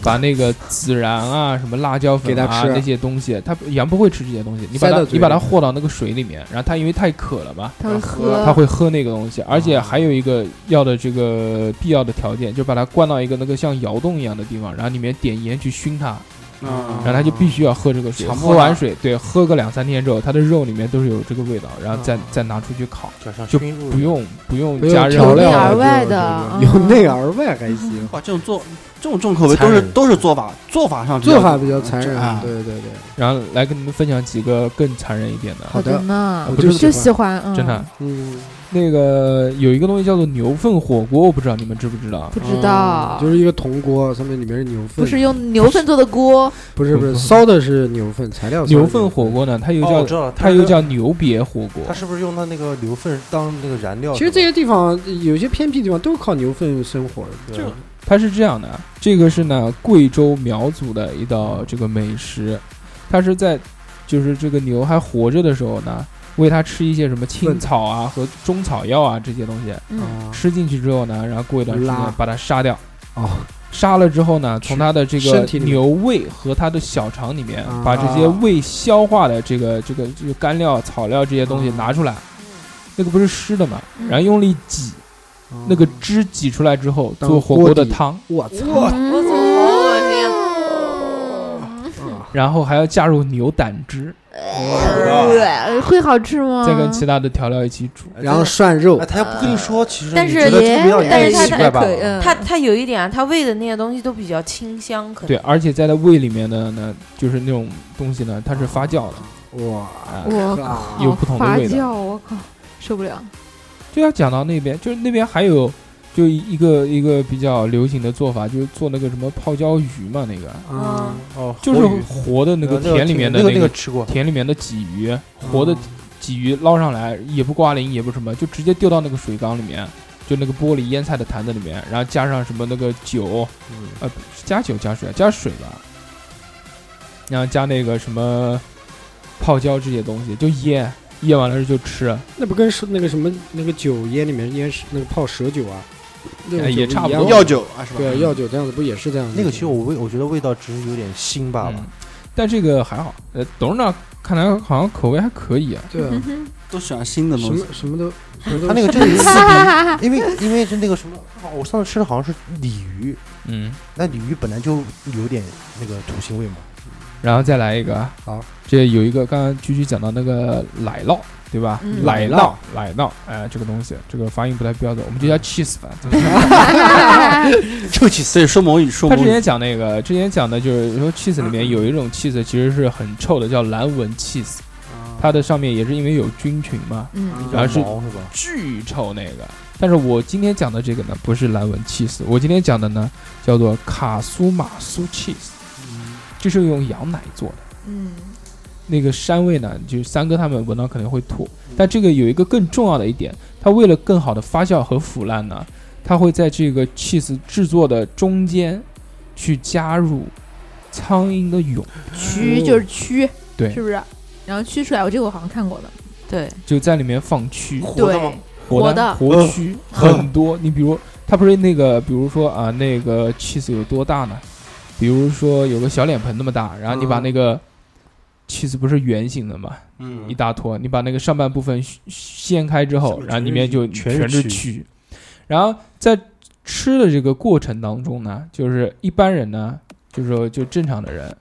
把那个孜然啊、什么辣椒粉给它啊吃那些东西，它羊不会吃这些东西，你把塞到它嘴里你把它和到那个水里面，然后它因为太渴了嘛，他会喝，它会喝那个东西，而且还有一个要的这个必要的条件，就把它灌到一个那个像窑洞一样的地方，然后里面点盐去熏它，嗯然后他就必须要喝这个水，强迫喝他完水，对，喝个两三天之后，它的肉里面都是有这个味道，然后再嗯再拿出去烤，就像就熏入不用不用不加啊由任何用调内料啊而了外就的就由嗯内而外还行，哇，这种做这种重口味都是残忍都是做法做法上做法比较残忍啊，。对对对，然后来跟你们分享几个更残忍一点的，好的呢，我不就是就喜欢，嗯真的，嗯，那个有一个东西叫做牛粪火锅，我不知道你们知不知道不？知道嗯，就是一个铜锅，上面里面是牛粪，不是用牛粪做的锅，不是不不是是烧的是牛粪材料烧的牛粪火，锅呢，它又哦叫、我知道了，它是又叫牛瘪火锅他，是不是用他那个牛粪当那个燃料？其实这些地方有些偏僻地方都是靠牛粪生活的，对吧它是这样的，啊这个是呢贵州苗族的一嗯道这个美食，它是在就是这个牛还活着的时候呢，喂它吃一些什么青草啊和中草药啊这些东西，嗯，啊吃进去之后呢，然后过一段时间拉把它杀掉。哦，杀了之后呢，从它的这个身体里面牛胃和它的小肠里面啊，把这些未消化的这个这个这个干料、草料这些东西嗯拿出来，那个不是湿的嘛，嗯然后用力挤，嗯那个汁挤出来之后当做火锅锅的底汤，我操，我我操，好恶心啊！啊然后还要加入牛胆汁，会好吃吗？再跟其他的调料一起煮。哎然后涮肉哎，，他要不跟你说，其实但你是觉得也这个味道也但是他奇怪吧？可以嗯它它有一点啊，它喂的那些东西都比较清香，可能对，啊而且在它胃里面的呢，就是那种东西呢，它是发酵的。哇，我靠靠有不同的味道发酵，我靠，受不了。就要讲到那边，就是那边还有就一个一个比较流行的做法，就是做那个什么泡椒鱼嘛，那个啊，哦，就是活鱼活的那个呃那田里面的那个那那个个吃过，田里面的鲫鱼，活的鲫鱼捞上来也不刮鳞也不什么，就直接丢到那个水缸里面。就那个玻璃腌菜的坛子里面，然后加上什么那个酒，嗯呃，是加酒加水啊，加水吧，然后加那个什么泡椒这些东西，就腌，腌完了就吃，那不跟是那个什么那个酒腌里面腌那个泡蛇酒啊，那种哎也酒差不一样多的药酒啊是吧？对药酒这样子不也是这样子吗？那个其实我味我觉得味道只是有点腥罢了嗯。但这个还好，呃，董事长看来好像口味还可以啊。 [laughs] 对啊，嗯都喜欢新的什东西么。什么 [laughs] 都，什么都他那个就 [laughs] 是刺鼻，嗯因为因为是那个什么，我上次吃的好像是鲤鱼，嗯，那鲤鱼本来就有点那个土腥味嘛。然后再来一个啊，好，这有一个刚刚居居讲到那个奶酪，对吧？嗯奶奶酪酪，奶酪，哎，这个东西，这个发音不太标准，我们就叫 cheese 吧。臭气对，说母语说他母之语前讲那个，之前讲的就是说 cheese 里面有一种 cheese 其实是很臭的，叫蓝纹 cheese，它的上面也是因为有菌群嘛，嗯然后是毛是吧？巨臭那个。但是我今天讲的这个呢，不是蓝纹 cheese，我今天讲的呢叫做卡苏马苏 cheese，这是用羊奶做的。嗯，那个膻味呢，就是三哥他们闻到可能会吐。嗯但这个有一个更重要的一点，它为了更好的发酵和腐烂呢，它会在这个 cheese 制作的中间去加入苍蝇的蛹，蛆就是蛆，对是不是？然后蛆出来，我这个我好像看过的，对就在里面放蛆，活的吗对，活活的活 [laughs] 蛆很多。你比如它不是那个，比如说啊，那个 cheese 有多大呢？比如说有个小脸盆那么大，然后你把嗯那个 cheese 不是圆形的嘛，一嗯，大坨，你把那个上半部分掀掀开之后，然后上面全里是面就全全是是蛆，然后在吃的这个过程当中呢，就是一般人呢，就是说就正常的人，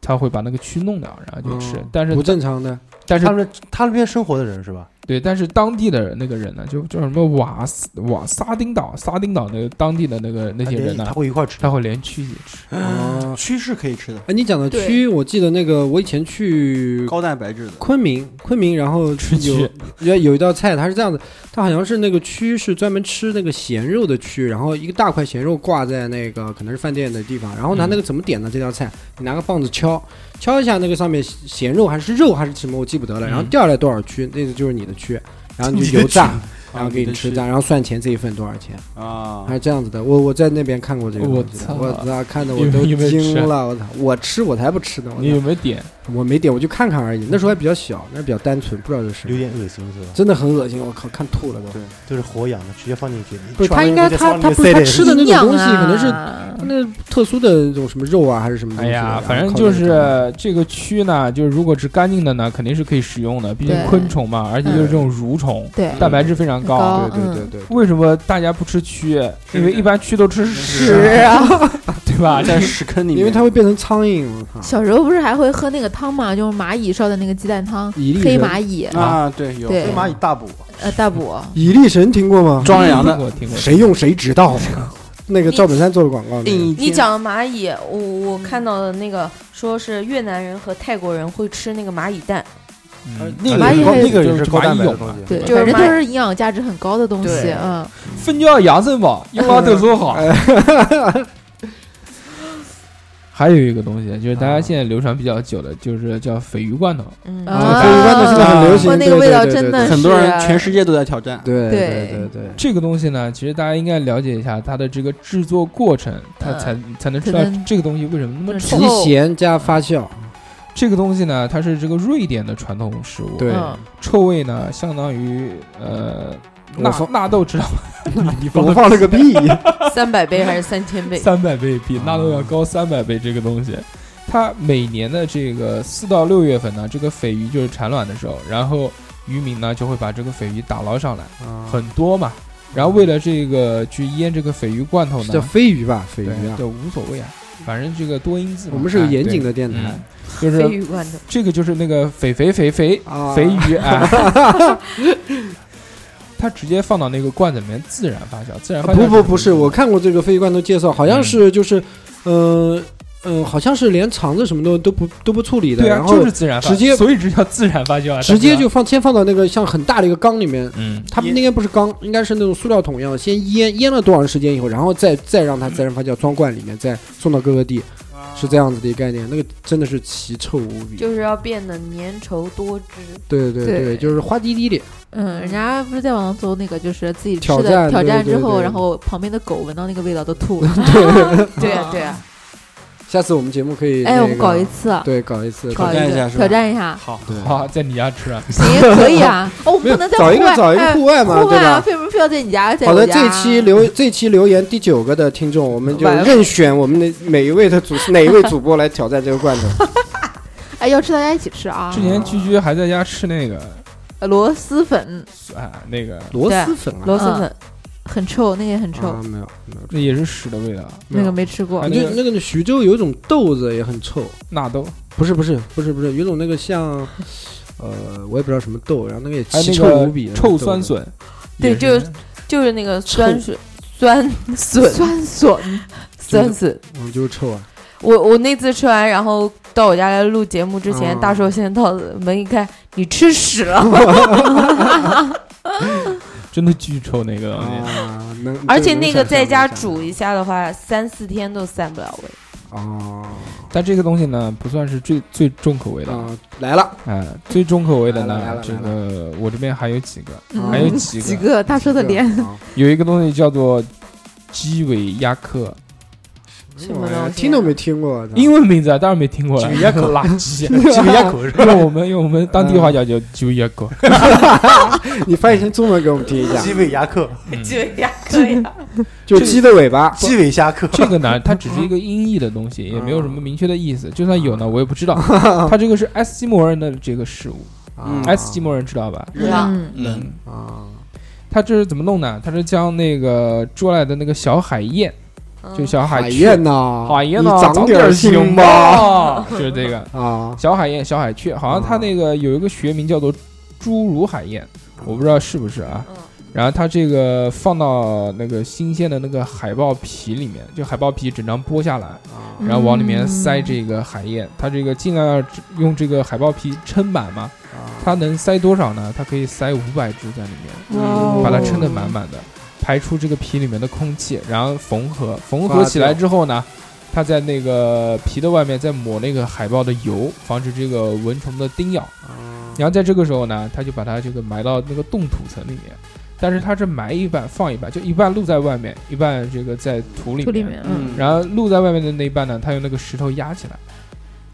他会把那个蛆弄掉，然后就吃，嗯但是不正常的，但是他们他那边生活的人是吧？对，但是当地的那个人呢，就叫什么瓦斯瓦沙丁岛沙丁岛那个当地的那个那些人啊他呢，会一块吃。嗯他会连蛆一起吃，哦蛆是可以吃的，哎，你讲的对蛆，我记得那个我以前去高蛋白质的。昆明，昆明，然后吃有有有一道菜，它是这样的，它好像是那个蛆是专门吃那个咸肉的蛆，然后一个大块咸肉挂在那个可能是饭店的地方，然后它嗯那个怎么点呢？这道菜，你拿个棒子敲，敲一下那个上面咸肉还是肉还是什么，我记不得了，然后嗯掉下来多少蛆，那个就是你的蛆，然 [laughs] 后 [laughs] 你就油炸，啊 [laughs] 然后给你吃掉，然后算钱这一份多少钱，啊还，是这样子的。我我在那边看过这个东我西的，操我操，看的你我们都你们吃惊了，我操，我吃我才不吃呢，我你操有没有点？我没点，我就看看而已，那时候还比较小，那比较单纯，不知道这是什么有。点恶心是吧？真的很恶心，我靠，看吐了都。对就是活养的，直接放进去。不是吃完他应以后该再他放他进不是塞 [laughs] 他里吃的那营养种东西，可能是啊那特殊的那种什么肉啊，还是什么东哎西的？呀然，后反正靠就那个是这个蛆呢，就是如果是干净的呢，肯定是可以食用的，毕竟对昆虫嘛，而且就是这种蠕虫，嗯对，蛋白质非常高。高找，对嗯对对对，为什么大家不吃蛆？因为一般蛆都吃屎屎，啊！对吧？在屎坑里面，因为它会变成苍蝇。我啊靠小时候不是还会喝那个汤嘛，就是蚂蚁烧的那个鸡蛋汤，蚁力黑人蚂蚁，啊，对，有对黑蚂蚁大补，啊呃，大补，蚁力神听过吗？壮阳听的。过听过。谁用谁 [laughs] 知道。那个赵本山做的广告，那个硬嗯一你天讲蚂蚁，我我看到的那个说是越南人和泰国人会吃那个蚂蚁蛋，嗯呃那蚂个蚁也高还有那个也就是高蛋白蚂蚁的蛹东嘛西，对，就是反正蚂就蚁是营养价值很高的东西对，嗯，分教养肾宝，用到特殊哎好。 [laughs] 还有一个东西，就是大家现在流传比较久的，就是叫鲱鱼罐头。嗯，啊鲱鱼罐头现在很流行，哦那个对味道对对真的是对啊很多人啊全世界都在挑战。对对对对对，这个东西呢，其实大家应该了解一下它的这个制作过程，它才才能知道才嗯能这个东西为什么那么臭嗯。提咸加发酵，这个东西呢，它是这个瑞典的传统食物，对，嗯臭味呢相当于呃我纳放纳豆知道吗？你我放了个屁， [laughs] 三百倍还是三千倍？三百倍，啊比纳豆要高三百倍。这个东西，它每年的这个四到六月份呢，这个鲱鱼就是产卵的时候，然后渔民呢就会把这个鲱鱼打捞上来， [laughs] 很多嘛。然后为了这个去腌这个鲱鱼罐头是叫呢，飞鱼吧，对鲱鱼啊，对无所谓啊，反正这个多音字嘛。我们是个哎严谨对的电台嗯，就鲱是鱼罐头，这个就是那个肥肥肥肥啊肥鱼 [laughs] 啊。它直接放到那个罐子里面自然发酵，自然发酵啊不不是不是，我看过这个鲱鱼罐头介绍，好像嗯是就是，嗯嗯，好像是连肠子什么都都不都不处理的，对啊然，后就是自然发酵，直接所以这叫自然发酵啊，直接大哥就放先放到那个像很大的一个缸里面，嗯，它应该不是缸，应该是那种塑料桶一样，先腌腌了多长时间以后，然后再再让它自然发酵，装罐里面，啊再送到各个地，是这样子的一个概念。那个真的是奇臭无比，就是要变得粘稠多汁。对对对，对就是花滴滴的，嗯，人家不是在网上搜那个，就是自己吃挑的战挑对战对之后，对然后旁边的狗闻到那个味道都吐了。 [laughs] 对啊，对啊，下次我们节目可以、[laughs] 那哎，个我们搞一，次，对，搞一次，搞挑战一一下次，是吧挑战一下，好，好，在你家吃啊，行，可以 [laughs] 啊。哦，我们不没有能在找一户个外找一个哎户外嘛，户对外啊，吧？非什么非要在你家？在好的，我家这 [laughs] 期留这期留言第九个的听众，我们就完了任选我们的每一位的主哪一位主播来挑战这 [laughs] 个罐头。哎，要吃大家一起吃啊之。前居居还在家吃那个呃螺蛳粉啊，那个螺蛳粉啊，螺蛳嗯粉，很臭，那个也很臭，啊没有没有那也是屎的味道，那个没吃过啊。就那个徐州有一种豆子也很臭，纳豆，不是不是不是不是，有种那个像， [laughs] 呃，我也不知道什么豆，然后那个也还有奇那臭个无比，那个臭豆酸子。笋，对，就是就是那个酸水酸 [laughs] 笋酸笋，酸笋。嗯，就是臭啊！我我那次吃完，然后到我家来录节目之前，嗯大寿先到门一开，你吃屎了。嗯真的巨臭那个东西。啊，能， [laughs] 而且那个这在能想象家能想煮一下的话，三四天都散不了味。哦但这个东西呢，不算是最最重口味的，啊，来了，啊，最重口味的来了来呢，了这来个我这边还有几个，嗯还有几几个，个大车的脸，啊有一个东西叫做鸡尾鸭克， [laughs] 什么哎呀东西啊听都没听过，英文名字啊，当然没听过了，鸡尾鸭 [laughs] 克垃圾。啊鸡尾鸭 [laughs] 口是吧？用我们用我们当地话嗯讲叫鸡尾鸭克，你翻译成中文给我们听一下鸡，尾鸭克，嗯鸡尾鸭可以啊，就鸡的尾巴， [laughs] 鸡尾虾克，这个呢，它只是一个音译的东西，也没有什嗯么明确的意思。就算有呢，我也不知 [laughs] 道。它这个是爱斯基摩人的这个食物，嗯爱斯基摩人知道吧？知道嗯，冷，啊，它这是怎么弄呢？它是将那个捉来的那个小海燕，嗯就小海雀，燕呐，海燕你呢，长点点心心吧，就是这个啊，小海燕、小海雀，好像它那个有一个学名叫做侏儒海燕，我不知道是不是啊嗯。然后它这个放到那个新鲜的那个海豹皮里面，就海豹皮整张剥下来，然后往里面塞这个海燕，它这个尽量要用这个海豹皮撑满嘛，啊它能塞多少呢？它可以塞五百只在里面，哇哦把它撑得满满的，排出这个皮里面的空气，然后缝合，缝合发起来酵之后呢，它在那个皮的外面再抹那个海豹的油，防止这个蚊虫的叮咬。然后在这个时候呢，它就把它这个埋到那个冻土层里面，但是它是埋一半放一半，就一半露在外面，一半这个在土里土里面。面，嗯，嗯，然后露在外面的那一半呢，它用那个石头压起来，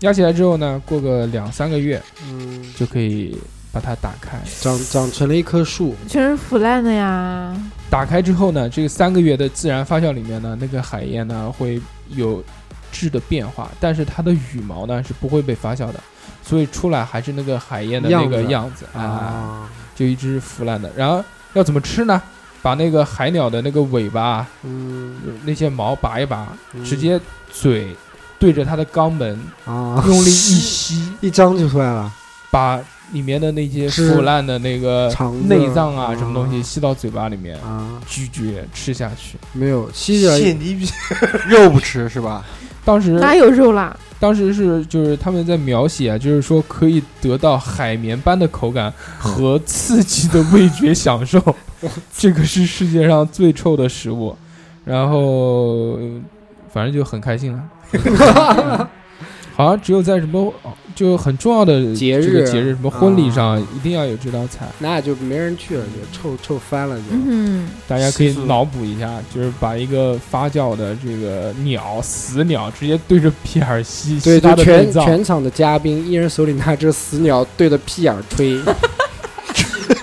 压起来之后呢，过个两三个月嗯就可以把它打开。长长成了一棵树，全是腐烂的呀。打开之后呢，这个三个月的自然发酵里面呢，那个海燕呢会有质的变化，但是它的羽毛呢是不会被发酵的，所以出来还是那个海燕的那个样子样子啊，啊，就一只腐烂的。然后要怎么吃呢？把那个海鸟的那个尾巴啊嗯那些毛拔一拔，嗯直接嘴对着它的肛门啊，用力一吸，一张就出来了，把里面的那些是腐烂的那个肠子内脏啊什么东西啊吸到嘴巴里面，啊，咀嚼吃下去。没有吸着谢你比肉不吃是吧？当时哪有肉啦？当时是就是他们在描写啊，就是说可以得到海绵般的口感嗯和刺激的味觉享 [laughs] 受，这个是世界上最臭的食物。然后呃反正就很开心了， [laughs] 好像只有在什么哦就很重要的节这个日节日什么婚礼上啊一定要有这道菜， [laughs] 那就没人去了，就臭臭翻了就。嗯大家可以是脑补一下，就是把一个发酵的这个鸟死鸟直接对着屁眼儿吸，对，吸它就的全内脏全场的嘉宾，一人手里拿只死鸟，对着屁眼儿 [laughs] 吹，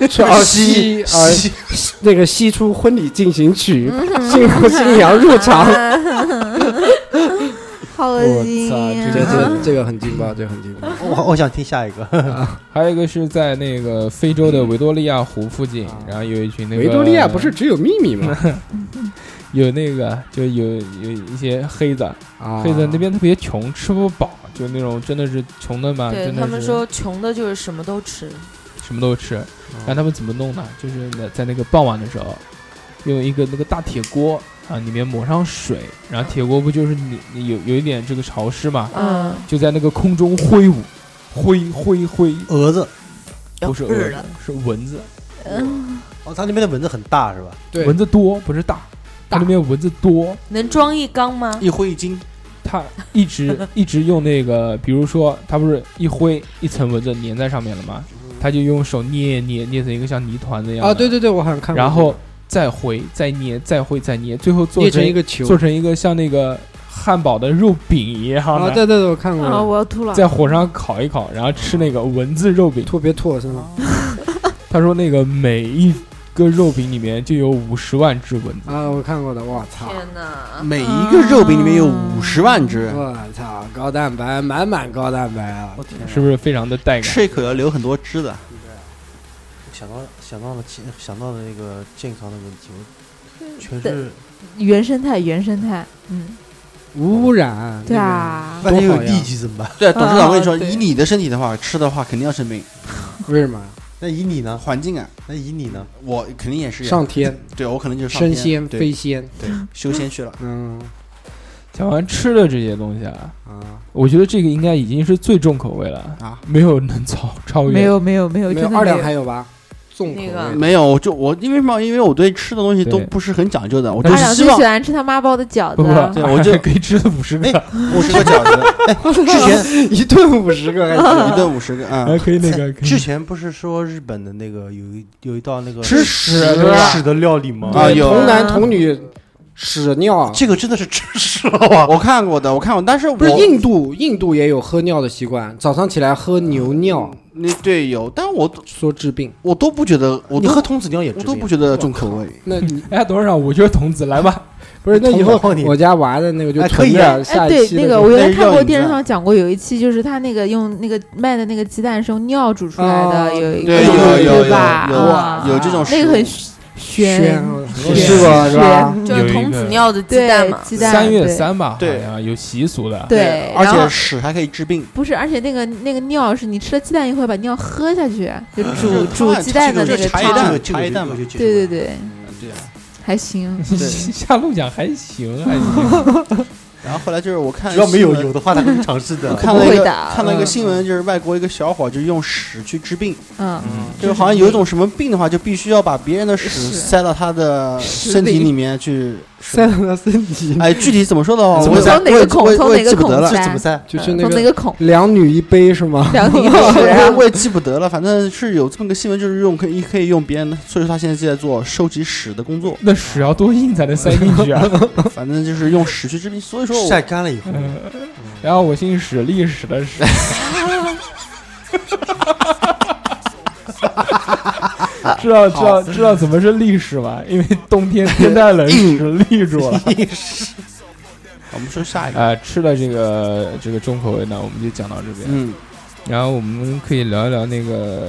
吹啊吸啊西那个吸出婚礼进行曲，嗯哼新郎新娘入场。好恶我心操，呀！这这这这个很劲爆，这个很劲爆。 [laughs] 我我想听下一个，还有一个是在那个非洲的维多利亚湖附近，啊然后有一群那个 [laughs] 维多利亚不是只有秘密吗？有那个就有有一些黑子， [laughs] 啊，黑子那边特别穷，吃不饱，就那种真的是穷的嘛，对真的他们是说，穷的就是什么都吃，什么都吃。嗯然后他们怎么弄呢？就是在在那个傍晚的时候，用一个那个大铁锅啊，里面抹上水，然后铁锅不就是你你有有一点这个潮湿嘛，嗯，就在那个空中挥舞，挥挥挥，蛾子不是有味蛾儿子的，是蚊子，嗯，哦，它那边的蚊子很大是吧？对蚊子多不是大，它大那边蚊子多，能装一缸吗？一挥一惊，他一直一直用那个，比如说他不是一挥一层蚊子粘在上面了吗？他就用手捏捏捏成一个像泥团的样子啊，对，对对，我好像看过。然后再挥再捏再挥再捏，最后做捏成一个球做成一个像那个汉堡的肉饼一样啊，的，对对对，我看啊，过，我要吐了。在火上烤一烤，然后吃那个蚊子肉饼。吐别吐我身上。他说那个每一个肉饼里面就有五十万只蚊子，啊，我看过的，我操，天哪！嗯每一个肉饼里面有嗯五十万只，我操，高蛋白，满满高蛋白啊！是不是非常的带感？吃一口要流很多汁的。想到想到了健想到了那个健康的问题，我全对是原生态，原生态，嗯，无污染，对，啊，万一多有好呀痢疾怎么办？嗯对，董事长，我跟你说，啊对以你的身体的话，吃的话肯定要生病，为什么？那以你呢？环境啊，那以你呢？我肯定也是呀上啊天对我可能就是上升天仙对飞仙，对修仙去了。嗯讲完吃的这些东西啊，啊，我觉得这个应该已经是最重口味了啊，没有能超超越。没有没有没有，没真有的没二两有。还有吧？重口那味个没有，我就我因为什么？因为我对吃的东西都对不是很讲究的，我就二是两希最望喜欢吃他妈包的饺不子不啊，，对我就哎可以吃五十个，五十个饺 [laughs] 子，哎之前一顿五十个还行，一顿五十个啊嗯还。可以那个可以之前不是说日本的那个有一有一道那个吃屎屎的料理吗？啊对有童男童女屎尿，这个真的是吃屎了哇！我看过的，我看过，但是我不是印度，印度也有喝尿的习惯，早上起来喝牛尿那对有，但我都说治病。我都不觉得，我你都喝童子尿也我治都病不觉得重口味。[laughs] 那你哎，等会儿啊，我就是童子，来吧。不是那以后童子尿你 [laughs] 我家娃的那个就哎可以囤啊点，下哎，一对，期的那时个候我原来那看药过引电视子上讲过有一期，就是他那个用那个卖的那个鸡蛋是用尿煮出来哦的，有一个对有对有有吧？有啊有这种那个很轩悬，，你试过是吧？就有一是童个子尿的鸡对蛋嘛，鸡蛋，三月对，三吧，对好像有习俗的。。对，而然且后屎还可以治病。不是，而且那个那个尿是你吃了鸡蛋以后会把尿喝下去， [laughs] 就煮这煮太鸡蛋的那这个茶汤叶。蛋这个茶叶蛋这个这对个这对个对，对啊。[laughs] 还行 [laughs] 下路讲还行，还行。，然后后来就是我看只要没有新闻有的话，他会尝试的。看了一 [laughs] 不个会的看了嗯一个新闻，就是外国一个小伙就是用屎去治病，嗯，就是好像有一种什么病的话，就必须要把别人的屎是塞到他的身体里面去。塞到他身体，哎，具体怎么说的 [laughs] 话，怎我么也塞从哪我也个我也孔？从我也哪个记不孔得了这塞？怎么塞？ [laughs] 就是嗯那从哪个个孔？两女一杯是吗？两个我我孔。也记不得了，反正是有这么个新闻，就是用可以可以用别人的，所以说他现在就在做收集屎的工作那屎要多硬才能塞进去啊？反正就是用屎去治病。所以说 [laughs] 晒我干了以后，嗯然 [laughs] 后我姓史，历史的史。知道知道知道怎么是历史吗？因为冬天天太冷，屎立住 [laughs] 了。我们说下一个，啊，吃了这个这个重口味呢，我们就讲到这边。嗯，然后我们可以聊一聊那个、呃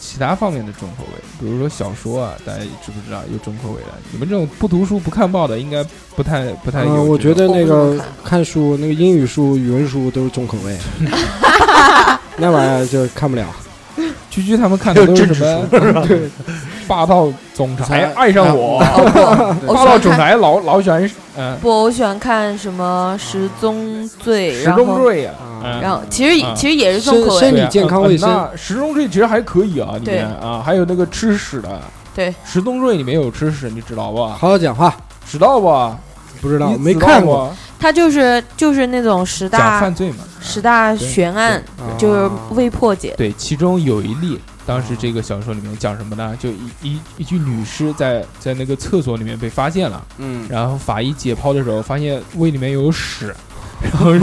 其他方面的重口味，比如说小说啊，大家知不知道有重口味的？你们这种不读书不看报的，应该不太不哎太有这呃嗯，种、我觉得那我不个怎么看看书，那个英语书、语文书都是重口味，那玩意儿就看不了。居居他们看的都是什么？对，霸道总裁爱上我，哎 [laughs] 我霸喜道欢总看裁老老喜欢嗯不，我喜欢看什么十宗罪，石然中后瑞呀啊，嗯然后其实嗯其实也是重身口身味，对体啊健嗯康卫生那石中瑞其实还可以啊，里面啊还有那个吃屎的，对，石中瑞里面有吃屎，你知道不？好好讲话，知道不？不知道你没知道看不过，，它就是就是那种十讲大犯罪嘛，十大对悬案，啊就是未破解。对，其中有一例，当时这个小说里面讲什么呢？就一一一具女尸在在那个厕所里面被发现了，嗯，然后法医解剖的时候发现胃里面有 [laughs] 屎，然后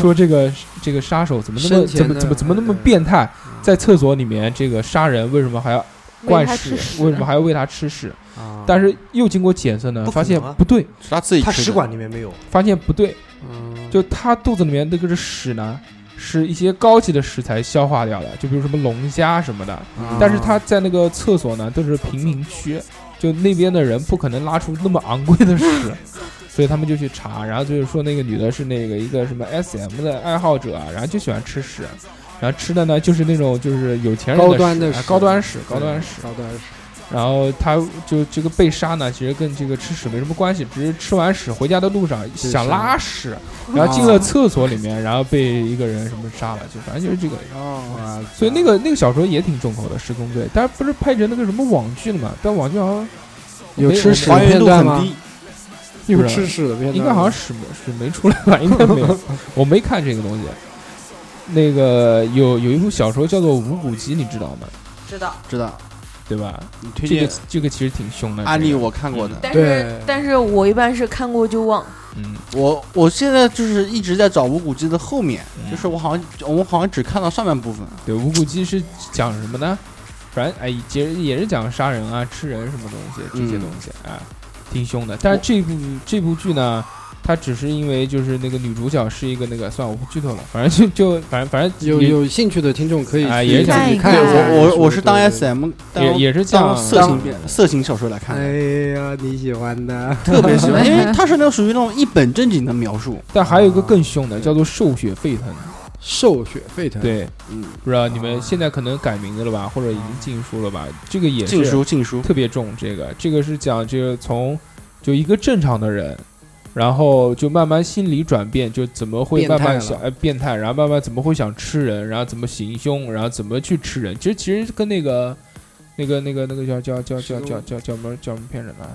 说这个这个杀手怎么那么生前怎么的怎么怎么那么对变态嗯，在厕所里面这个杀人为什么还要灌喂它屎吃？屎为什么还要喂他吃屎？啊但是又经过检测呢，不可发现能啊不对，是他自己他吃食的管里面没有，发现不对，嗯就他肚子里面那个是屎呢，是一些高级的食材消化掉的，就比如什么龙虾什么的。嗯嗯啊但是他在那个厕所呢，都是贫民区，就那边的人不可能拉出那么昂贵的 [laughs] 屎，所以他们就去查，然后就是说那个女的是那个一个什么 SM 的爱好者啊，然后就喜欢吃屎，然后吃的呢就是那种就是有钱人高端的的屎屎，高端屎，高端屎。高端屎，然后他就这个被杀呢，其实跟这个吃屎没什么关系，只是吃完屎回家的路上是想拉屎，然后进了厕所里面，然后被一个人什么杀了，就反正就是这个。哦，所以那个那个小说也挺重口的，《十宗罪》，但不是拍成那个什么网剧了嘛？但网剧好像有没吃屎的还原片度段很吗？低，不有是吃屎的片段吗，应该好像是没是没出来吧？ [laughs] 应该没有，我没看这个东西。那个有有一部小说叫做《无骨鸡》，你知道吗？知道，知道？对吧？你推这荐个这个其实挺凶的。安利这个我看过的，但对是但是我一般是看过就忘，嗯，我我现在就是一直在找无骨鸡的后面，嗯就是我好像我好像只看到上半部分，对，无骨鸡是讲什么呢？反正哎，其实也是讲杀人啊、吃人什么东西这些嗯东西啊、挺凶的。但是这部这部剧呢，它只是因为就是那个女主角是一个那个，算了，我不剧透了，反正就就反正反正有也有兴趣的听众可以哎去也自想己去看看一一下下这我个我书我是当对对 SM 当也也是当讲色情片色情小说来看的，哎呀，你喜欢 [laughs] 的，特别喜欢， [laughs] 因为它是那种属于那种一本正经的描述，但还有一个更凶的，叫做兽血沸腾。兽血沸腾，，对，嗯，不知道你们现在可能改名字了吧，或者已经禁书了吧？这个也是禁书禁书，特别重。这个这个是讲这个从就一个正常的人，然后就慢慢心理转变，就怎么会变态慢慢了想呃变态，然后慢慢怎么会想吃人，然后怎么行凶，然后怎么去吃人。其实其实跟那个那个那个那个叫叫叫叫叫叫叫什么叫什么片人啊？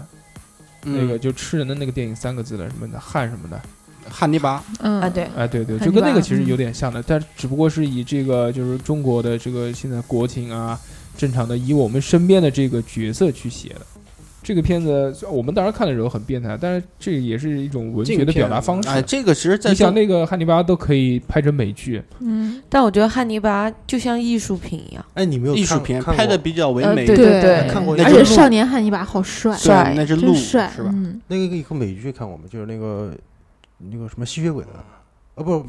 那嗯个就吃人的那个电影三个字的什么的汉什么的，汉尼拔，嗯啊，，对，哎对对，汉就尼跟那拔个其实有嗯点像的，但只不过是以这个就是中国的这个现在国情啊，正常的以我们身边的这个角色去写的。这个片子虽然我们当时看的时候很变态，但是这也是一种文学的表达方式。哎，这个其实在你想中那个汉尼拔都可以拍成美 [clears throat] 剧，嗯，但我觉得汉尼拔就像艺术品一样，哎，你没有艺术看片看拍的过比较唯呃美，对对对看过那而就且是少年汉尼拔好帅，对帅那只鹿真帅，是吧？嗯，那个一个美剧看过吗？就是那个那个什么吸血鬼的，啊不，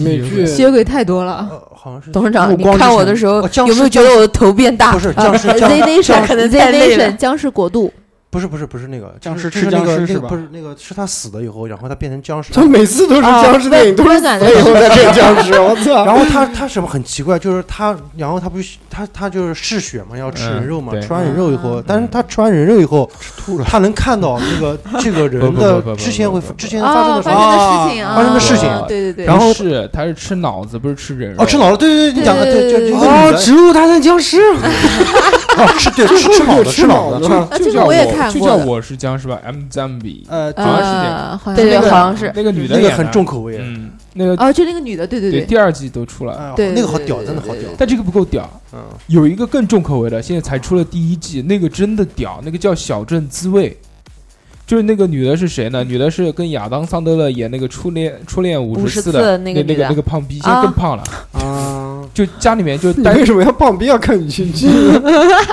美剧吸血鬼太多 [laughs] 了。呃好像是董事长，暮你光之看我城的时候哦僵有没有尸觉得我的头变大啊不？是僵尸僵 Z 这 Nation 可能 Z 太累了 Nation 僵尸国度，不是不是不是那个僵尸就吃是那僵个尸那是个吧不是那个是他死了以后，然后他变成僵尸，他每次都是哦僵尸电影，都是观感的以后再变僵尸，我 [laughs] 操！然后他他什么很奇怪，就是他，然后他不是他他就是嗜血嘛，要吃人肉嘛嗯，对吃完人肉以后，但是他吃完人肉以后，吐了，他能看到这个这个人不不不不不的不之前会不不之前发生的哦什发么。生的事情啊，发生的事情啊对对对，然不后是他是吃脑子，不是吃人肉。哦，吃脑了，对对对，你讲的对，就对一个哦，女植物大战僵尸，的， [laughs] 哦，吃对吃吃脑子，吃脑子，啊，就这叫个我也看就过叫的，我是僵尸吧，M Zombie，呃，好像是这呃，好像对对，是好像是。那个女的那个演很的重口味，嗯，那个哦，就那个女的，对对对对，第二季都出嗯来了。哎，对那个好对屌，对真的对好对屌，但这个不够屌，嗯，有一个更重口味的，现在才出了第一季，那个真的屌，那个叫《小镇滋味》，就是那个女的是谁呢？女的是跟亚当·桑德勒演那个初恋初恋五五十十四次的那个女那个的那个胖逼，现在啊更胖了，啊，就家里 [laughs] 面就你待为什么要棒逼要看女性剧？哎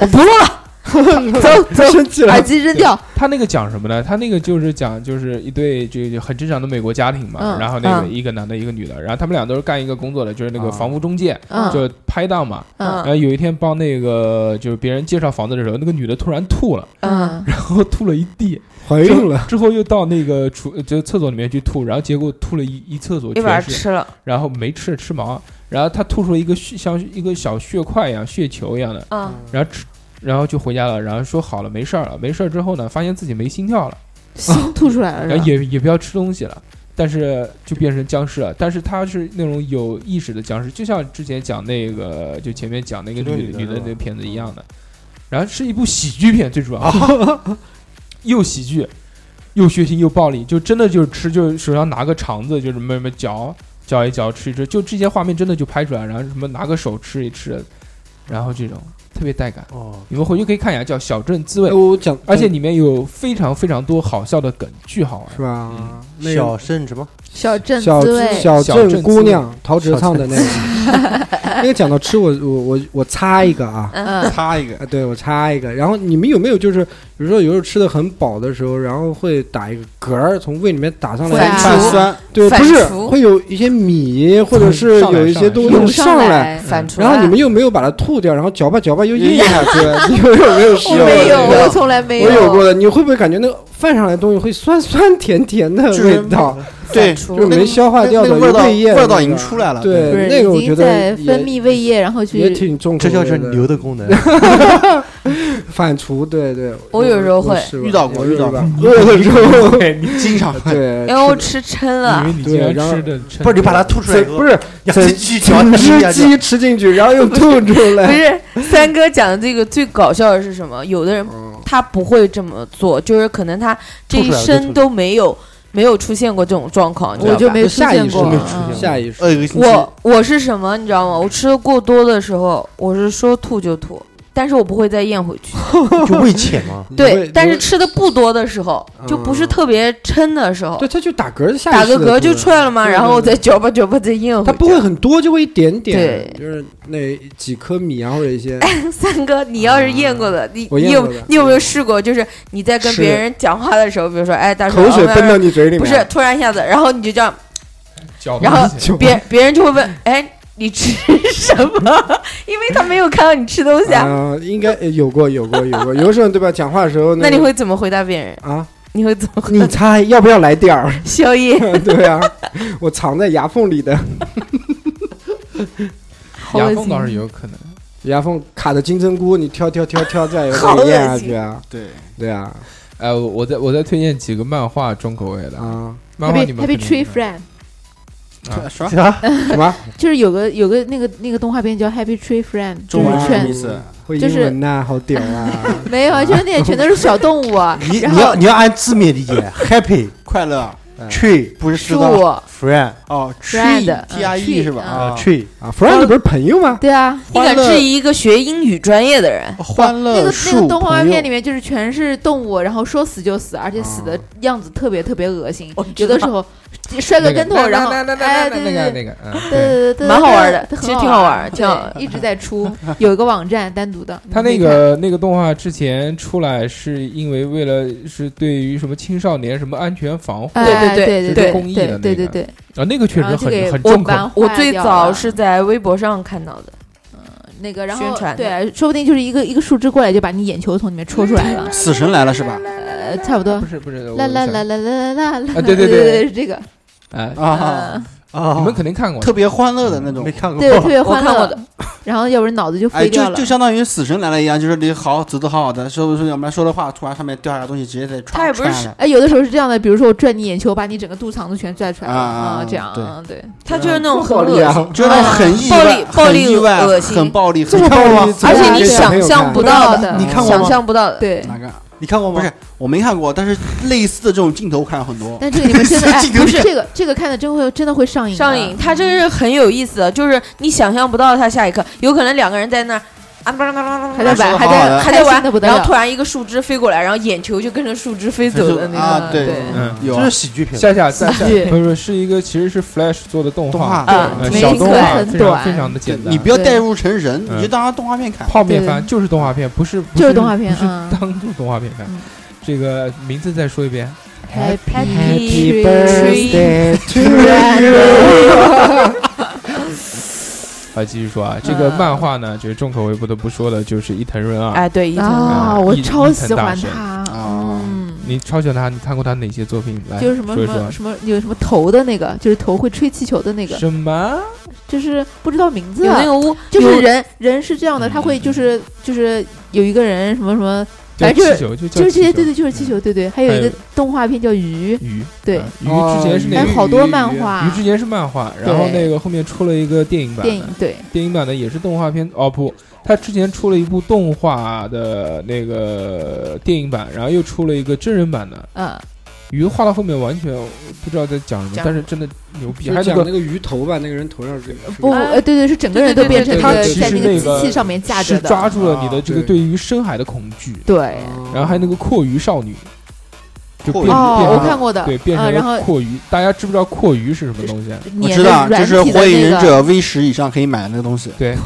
我不录了，走走，生气耳了。机扔掉，他那个讲什么呢？他那个就是讲，就是一对这个很正常的美国家庭嘛，嗯然后那个嗯一个男的，一个女的，然后他们俩都是干一个工作的，就是那个啊房屋中介，嗯就哎拍档嘛。然嗯后有一天帮那个就是别人介绍房子的时候，那个女的突然吐了，嗯，然后吐了一地， [laughs] 怀孕 [laughs] 了，之后又到那个厨就厕所里面去吐，然后结果吐了一一厕所又把它全是，吃了，然后没吃吃毛，然后她吐出了一个血像一个小血块一样血球一样的，嗯，然后吃然后就回家了，然后说好了没事儿了，没事儿之后呢，发现自己没心跳了。心 [laughs] 吐出来了，然是吧后也也不要吃东西了，但是就变成僵尸了。但是他是那种有意识的僵尸，就像之前讲那个，就前面讲那个这个女女女的的是吧嗯那片子一样的。然后是一部喜剧片，最主要、啊 [laughs] 又喜剧又血腥又暴力，就真的就是吃，就是手上拿个肠子，就是什么什么嚼嚼一嚼，吃一吃，就这些画面真的就拍出来，然后什么拿个手吃一吃，然后这种特别带感。哦，你们回去可以看一下，叫《小镇滋味》，哎我讲，而且里面有非常非常多好笑的梗，巨好玩是。吧？那小个甚什么？小镇小滋味，小小镇镇滋姑味娘陶喆唱的那个， [laughs] 那个讲到吃，我我我我擦一个啊。嗯擦一 [laughs] 个，啊，对，我插一个。然后你们有没有就是，比如说有时候吃的很饱的时候，然后会打一个嗝儿，从胃里面打上会来啊反一串泛刍酸，对，反不是刍会有一些米或者是上来有一上些来东涌西上来，来，反出来，然后你们又没有把它吐掉，然后嚼吧嚼吧又咽咽下去， [laughs] 你们有没有试我过这个？没嗯有，我从来没我有过的，你会不会感觉那个饭上来的东西会酸 [laughs] 酸甜甜的就是味道？对，反就刍是没消化掉的那个味道胃液的味道那已经个出来了不对，是那个我已经觉得在也分泌胃液，然后也去挺重口这味的，叫是牛的功能。反刍，对对。我有时候会试遇到过有遇到吧过饿了之 [laughs] 后，对，你 [laughs] 经常 [laughs] 对，因为我吃吃撑以了为，你对竟然然后吃的撑不是你把它吐出来以整后，不是呀，整这鸡脚整踢下只去，鸡啊吃进去，然后又吐出不来。是三哥讲的这个最搞笑的是什嗯么？有的人他不会这么做，就是可能他这一吐出来就生都没有没有出现过这种状况，你知我道就吧？没出嗯下现意识过没，出现嗯 [laughs] 下意识，饿一个星期，我我是什么，你知道吗？我吃的过多的时候，我是说吐就吐，但是我不会再咽回去。就胃浅嘛。呃对，但是吃的不多的时候，就不是嗯特别撑的时候，对他就打嗝，下打意识个地嗝吐就出来了嘛，对然后我对再嚼吧嚼吧再咽回去。它不会很多，就会一点点，对哎就是那几颗米啊，或者一些 [laughs] 三哥，你要是咽过的，你我你咽有过的你有没有试过？就是你在跟是别人讲话的时候，比如说，哎，大叔， [laughs] 口水啊奔到你嘴里面，不是突然一下子，然后你就这样，嚼然后东西就别别人就会问，哎，你吃什么？ [laughs] 因为他没有看到你吃东西啊。啊，应该呃有过有过有过， [laughs] 有的时候对吧？讲话的时候那那个，你会怎么回答别人？啊？你会怎么 [laughs] 回你答？猜要不要来点儿？ [laughs] 宵夜，对啊，我藏在牙缝里的，好恶牙心缝倒是有可能，牙缝卡的金针菇，你挑挑挑挑，再好恶给心咽下去啊！ [laughs] 对，对啊哎，我我再我再推荐几个漫画重口味的，啊 [laughs] 漫画你 Happy 们 Happy 肯定 Tree 知道 Friend，啊什么什么？就是有个有个那个那个动画片叫 Happy Tree Friend，就中文是是什么全全意思？会就英是文呐，好 [laughs] 屌啊！没有，就是那全都是小动物啊，[laughs] 你然你要后你要按字面 [laughs] 理解，happy 快乐嗯 tree 不是知树，道 friend 哦 Friend， ，tree，t r e tree，是吧？嗯啊啊 tree 啊，Friend 不是朋友吗？对啊，你敢欢乐质疑一个学英语专业的人？哦欢那乐个那树个动画朋友片里面就是全是动物，然后说死就死，而且死的样子特别特别恶心我，有知道的时候摔个那跟头，那然后那那哎，那对那那对个对那个，嗯，对对，对对，蛮好玩的对其实挺很好好玩挺好玩对一直在 [laughs] 出，有一个网站单独的，他你可那以看个那个动画之前出来是因为为了是对于什么青少年什么安全防护啊，哎啊对对对就是对公益对的对那对个对，那个确然实后就给很很我重口，版我画最掉早了是在微博上看到的，那个，然后宣传的对，说不定就是一个一个树枝过来就把你眼球从里面戳出来了，死神来了是吧？呃，嗯差不多不。是不是，我啦啦想啦啦啦啦啦！啊对对对对，是这个哎，嗯啊，，啊，哦你们肯定看过，特别欢乐的那没种。看嗯过对，特别我欢看过乐的。然后要不然脑子就哎，飞掉就了就。相当于死神来了一样，就是你好走的好好的，说不说要不然说的话，突然上面掉下来东西，直接在他也穿不是穿下来。哎，有的时候是这样的，比如说我拽你眼球，把你整个肚肠子全拽出来了啊啊啊这样对啊，对，他就是那种很好恶心，厉嗯害！就是很意暴外力，暴力很意外，恶心很暴力，这么很暴力暴力。啊而且你想象不到我的，看过你看过吗想象不到的。对。哪个？你看过吗？不是，我没看过，但是类似的这种镜头我看了很多。但这个你们 [laughs] 真的哎镜，头不里是这个这个看的真会真的会嗯上瘾的，上瘾，他这是很有意思的，就是你想象不到他下一刻，有可能两个人在那儿啊，不是不是不是不还是在说得玩，还好好在的还在的不玩，得然后突了。然一个树枝飞过来，然后眼球就跟着树枝飞走的那个，啊，对，嗯有这啊是喜剧片，夏夏夏夏，对不是是一个其实是 Flash 做的动动画，画，啊呃没小错动画很非短常非常的简单。你不要对代入成人，嗯你就当它动画片看。泡面番就是动画片，不是不啊就是动画片不是嗯 [laughs] 当做动画片看嗯。这个名字再说一遍， Happy Birthday to 啊，继续说啊，这嗯个漫画呢，就是重口味不得不说的，就是伊藤润二。哎，对，一 you 层啊！嗯我一超一喜层大欢神他，啊嗯，你超喜欢他，你看过他哪些作品？来就是什么说什一说啊么。什么有什么头的那个，就是头会吹气球的那个，什么？就是不知道名字有，那个屋，就是有人人是这样的，他会就是就是有一个人什么什么，反正叫就是气球就叫就是这些，气球对对，就是气球，对对，还有一还有个动画片叫鱼，鱼，对啊鱼之前是还那有个好多漫鱼画之前是漫画，然后那个后面出了一个电影版的，电影，对，电影版的也是动画片哦不，他之前出了一部动画的那个电影版，然后又出了一个真人版的。嗯，鱼画到后面完全不知道在讲什么，讲但是真的牛逼， [laughs] 就还有讲那那个个鱼头吧，那个人头上是个不，啊呃，对对，是整个人都对变对对成对那个对在那对它其个实那机个器上面架是着抓的，住了你的这个啊对于深海的恐惧，对，然后还有那个阔鱼少女，就阔鱼变变哦，成我了看过的，对变嗯，成然后了阔鱼，大家知不知道阔鱼是什么东西？啊我粘知道，的就软是《体嗯的火影那忍个者 V 十以上可以买的那个东西。对，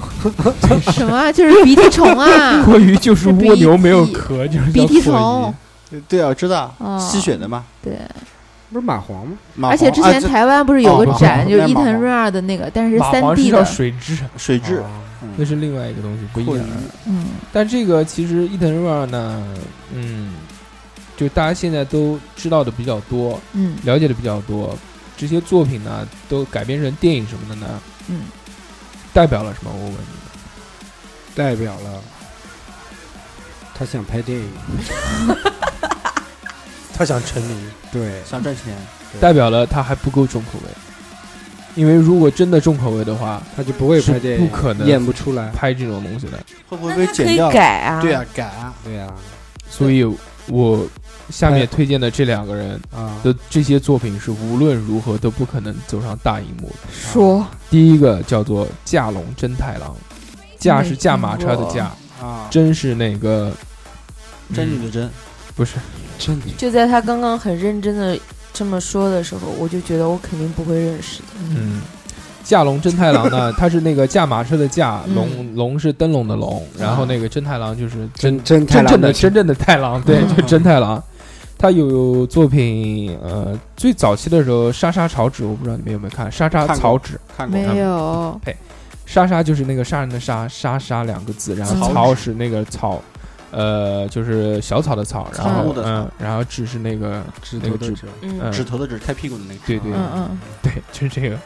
什么啊，就是鼻涕虫 [laughs] 啊，阔鱼就是是蜗牛 BT 没有壳，就是叫鼻涕阔虫鱼。对啊，我知道哦，吸血的嘛。对，不是蚂蟥吗？蚂而且蟥之啊前这台湾不是有哦个马展，黄就是那伊马藤黄润二的那个，但是蚂三蟥 D 是叫的，水蛭，水蛭，啊嗯 [laughs] 那是另外一个东西，不一阔样鱼。嗯，但这个其实伊藤润二呢，嗯，就大家现在都知道的比较多，嗯了解的比较多，这些作品呢都改编成电影什么的呢，嗯，代表了什么？我问你，代表了他想拍电影， [laughs] 他想成名，对，想赚钱，代表了他还不够重口味，因为如果真的重口味的话，他就不会拍电影，是不可能演不出来。拍这种东西的。会不会那被他可剪以掉？改啊，对啊，改啊！对呀，所以，我下面推荐的这两个人啊，的这些作品是无论如何都不可能走上大荧幕的。说第一个叫做《架龙真太郎》，架是架马车的没听架，嗯啊，真是那个真嗯女的真，不是真就在他刚刚很认真的这么说的时候，我就觉得我肯定不会认识的。嗯。架龙真太郎呢，他是那个驾马车的驾，嗯龙龙是灯笼的龙，然后那个真太郎就是真真真太真郎正的真正的太郎，对，嗯就是真太郎。他有作品，呃，最早期的时候，莎莎草纸，我不知道你们有没有看，莎看莎过草纸，看过没有，莎莎就是那个杀人的杀，莎莎两个字，然后草草是那个草，呃，就是小草的草，然草后木的草嗯，然后纸是那个指那头个的指，指，嗯嗯，指头的指，开屁股的那个。对对嗯嗯，对，就是这个，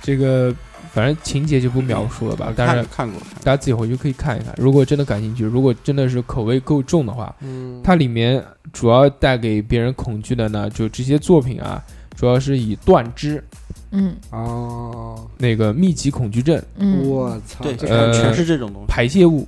这个反正情节就不描述了吧，但是嗯看过，看过大家自己回去可以看一看，如果真的感兴趣，如果真的是口味够重的话，嗯，它里面主要带给别人恐惧的呢，就这些作品啊，主要是以断肢嗯哦，那个密集恐惧症、嗯，我操，对，这呃全全是这种东西，排泄物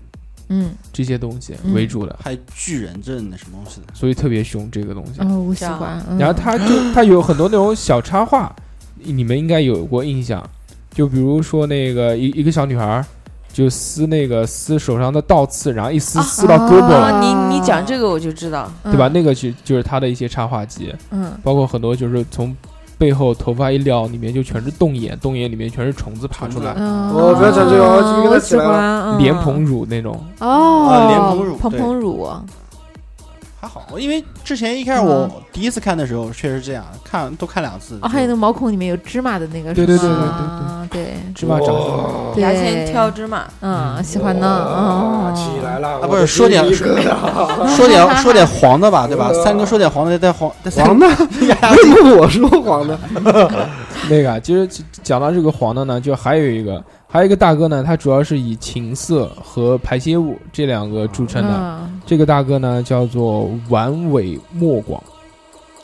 嗯这些东西嗯为主的，还巨人症的什么东西的，所以特别凶这个东西。哦，我喜这样欢，然后嗯它就它有很多那种小插画，你们应该有过印象，就比如说那个一一个小女孩儿，就撕那个撕手上的倒刺，然后一撕啊撕到胳膊，啊哦，你你讲这个我就知道，对吧？？那个就就是他的一些插画集，嗯包括很多就是从背后头发一撩，里面就全是洞眼，洞眼里面全是虫子爬出来，嗯，我不要讲这个我鸡皮疙瘩我起喜来了欢莲蓬乳那种，嗯哦，啊莲蓬乳蓬对蓬乳，哦还好，因为之前一开始我第一次看的时候确实这样，看都看两次。哦，还有那个毛孔里面有芝麻的那个，是对对对对对吗哦对芝麻长出来。对，牙签挑芝 [laughs] 麻，嗯，喜欢呢，啊，起来了，啊不是说点 [laughs] 说哦就说点说点黄的嗯吧，对吧？三哥说点黄的，带黄带三黄的， [laughs] 为什么我说黄的？那个啊，其实讲到这个黄的呢，就还有一个，还有一个大哥呢，他主要是以情色和排泄物这两个著称的。嗯这个大哥呢叫做丸尾莫广，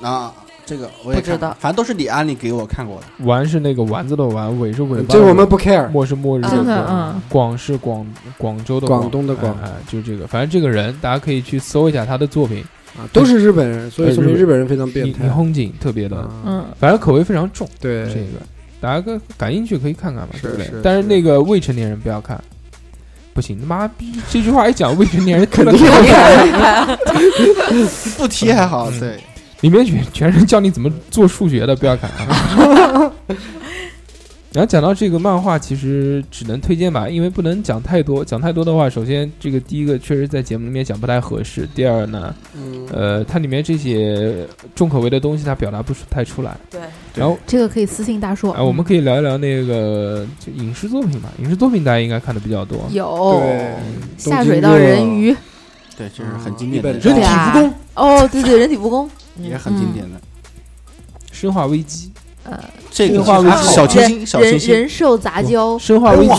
啊，这个我也不知看道反正都是李安利给我看过的。丸是那个丸子的丸，尾是尾巴的尾，这个我们不 care。末是末日啊的真的，广，嗯，广是广广州的广东的广哎哎就是这个，反正这个人大家可以去搜一下他的作品，啊，都是日本人，所以说明日本人非常你变你态。轰景特别的，啊嗯，反正口味非常重，对这个大家感感兴趣可以看看嘛，哎是对不对是？但是是那个未成年人不要看，不行，他妈逼这句话一讲，未成 [laughs] 年人肯定不提还好，嗯对，里面全全是教你怎么做数学的，不要看啊。 [laughs] 然后讲到这个漫画，其实只能推荐吧，因为不能讲太多。讲太多的话，首先这个第一个确实在节目里面讲不太合适，第二呢，嗯，呃，它里面这些重口味的东西它表达不出太出来。 [laughs] 对，然后这个可以私信大硕。啊、我们可以聊一聊那个就影视作品吧，影视作品大家应该看的比较多。有对下水道人鱼，对，这是很经一典的嗯本，对人体啊蜈蚣，哦，对对，人体蜈蚣，也很经典的。生化危机，这个生化危机还好小清新，小人清新，人兽杂交，生化危机，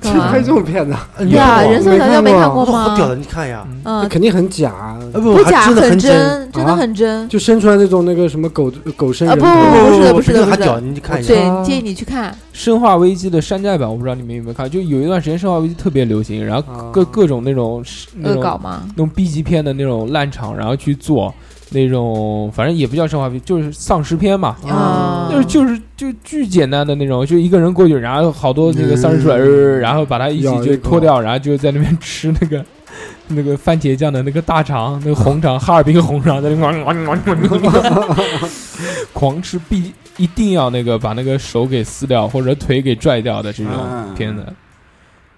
干嘛啊拍？这种片子，对啊，你看过人兽杂交没看过我说哦好屌吗？的，你看呀，那嗯，肯定很假。呃哎不不假，真的很很。真，真的啊很真。就生出来那种那个什么狗狗生啊人不头不不是的不不是的真还不是的屌，你去哎看一下。对，建议你去看。生化危机的山寨版，我不知道你们有没有看，就有一段时间生化危机特别流行，然后啊各各种那种那恶搞种吗？那种 B 级片的那种烂场，然后去做那种，反正也不叫生化危机，就是丧尸片嘛。啊就是就是就巨简单的那种，就一个人过去，然后好多那个丧尸出来，嗯然后把他一起咬一就口脱掉，然后就在那边吃那个那个番茄酱的那个大肠，那个红肠，哈尔滨红肠，在那边 [laughs] 狂吃，必一定要那个把那个手给撕掉或者腿给拽掉的这种嗯片子。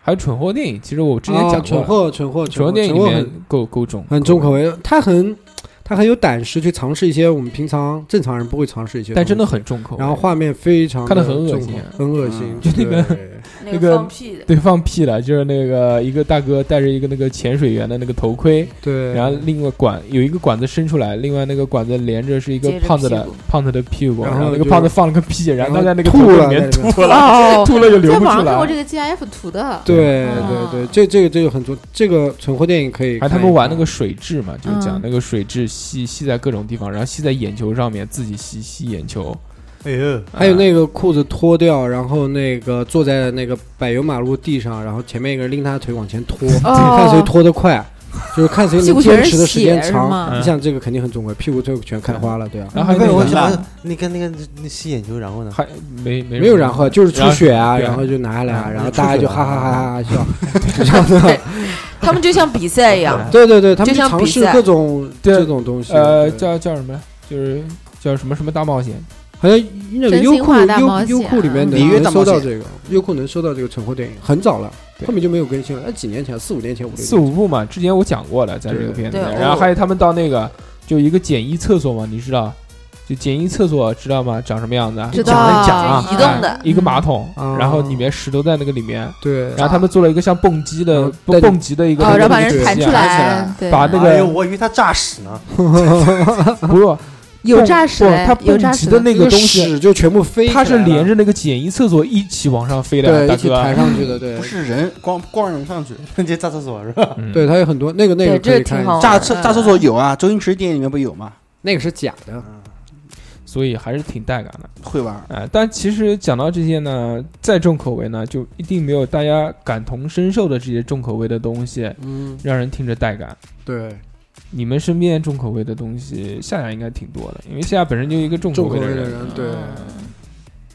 还有蠢货电影，其实我之前哦讲过蠢了，货蠢货蠢货货电影里蠢货面很够够重，很重口味，他很他很有胆识去尝试一些我们平常正常人不会尝试一些东西，但真的很重口味。然后画面非常看得的很恶心啊很恶心嗯，就那个对那那个个放屁的，对放屁了，就是那个一个大哥戴着一个那个潜水员的那个头盔，对，然后另外管有一个管子伸出来，另外那个管子连着是一个接着胖子的屁股胖子的屁股，然然后后那个就胖子放了个屁，然后他在那个吐头了里面在里面吐了，哦，吐了又流在不网上看出过来这。个 GIF 图的，对啊对对，这这个这个很重，这个存货电影可以 [laughs] 还看一看。他们玩那个水蛭嘛，就是讲嗯那个水蛭吸吸在各种地方，然后吸在眼球上面，自己吸吸眼球。哎呦，还有啊那个裤子脱掉，然后那个坐在那个柏油马路地上，然后前面一个人拎他的腿往前 [laughs] 拖，看谁哦，拖得快，就是看谁屁能股全坚是持的时间血是长。吗？嗯你想这个肯定很重要，屁股最后全开花了，对啊，然后还哎有我那个想那个那个那吸眼球，然后呢？还没没没有然后，就是出血啊，然然后后就拿下来啊，嗯然后出血大家就了哈哈哈哈哈笑，就这样的。他们就像比赛一样，对对对，他们就像尝比试赛各种对这种东西，呃对叫叫什么？就是叫什么什么大冒险？好像那个真优心酷话大冒优险优酷里面里约能大能冒搜到险这个，优酷能搜到这个存货电影，很早了，对后面就没有更新了，那几年前，四五年前，五六年四前五部嘛，之前我讲过了，在这个片子里面。对然后哦还有他们到那个就一个简易厕所嘛，你知道？就简易厕所知道吗？长什么样子啊？知道讲了讲啊移动的哎一个马桶，嗯然后里面屎都在那个里面，对，然后他们做了一个像蹦极的啊嗯带蹦你蹦极的一个哦，那然后个把东西啊人弹出来来，对，把那哎呦，个我以为他诈屎呢。不是有诈尸不嘞它，有蹦诈极尸的那那个个东西，屎就全部飞起来它了，是连着那个简易厕所一起往上飞的，对大一起哥啊抬。上去的，对不是人，光光人 [laughs] 上去。那些炸厕所是吧？嗯对，，它有很多那个那对，个这可个以看挺一好下，炸玩哦的。厕炸厕所有啊，周星驰电影里面不有吗？那个是假的，所以还是挺带感的。会玩，哎，但其实讲到这些呢，再重口味呢，就一定没有大家感同身受的这些重口味的东西嗯，让人听着带感。对，你们身边重口味的东西，夏夏应该挺多的，因为夏夏本身就一个重口重口味味的的人。人，对，啊人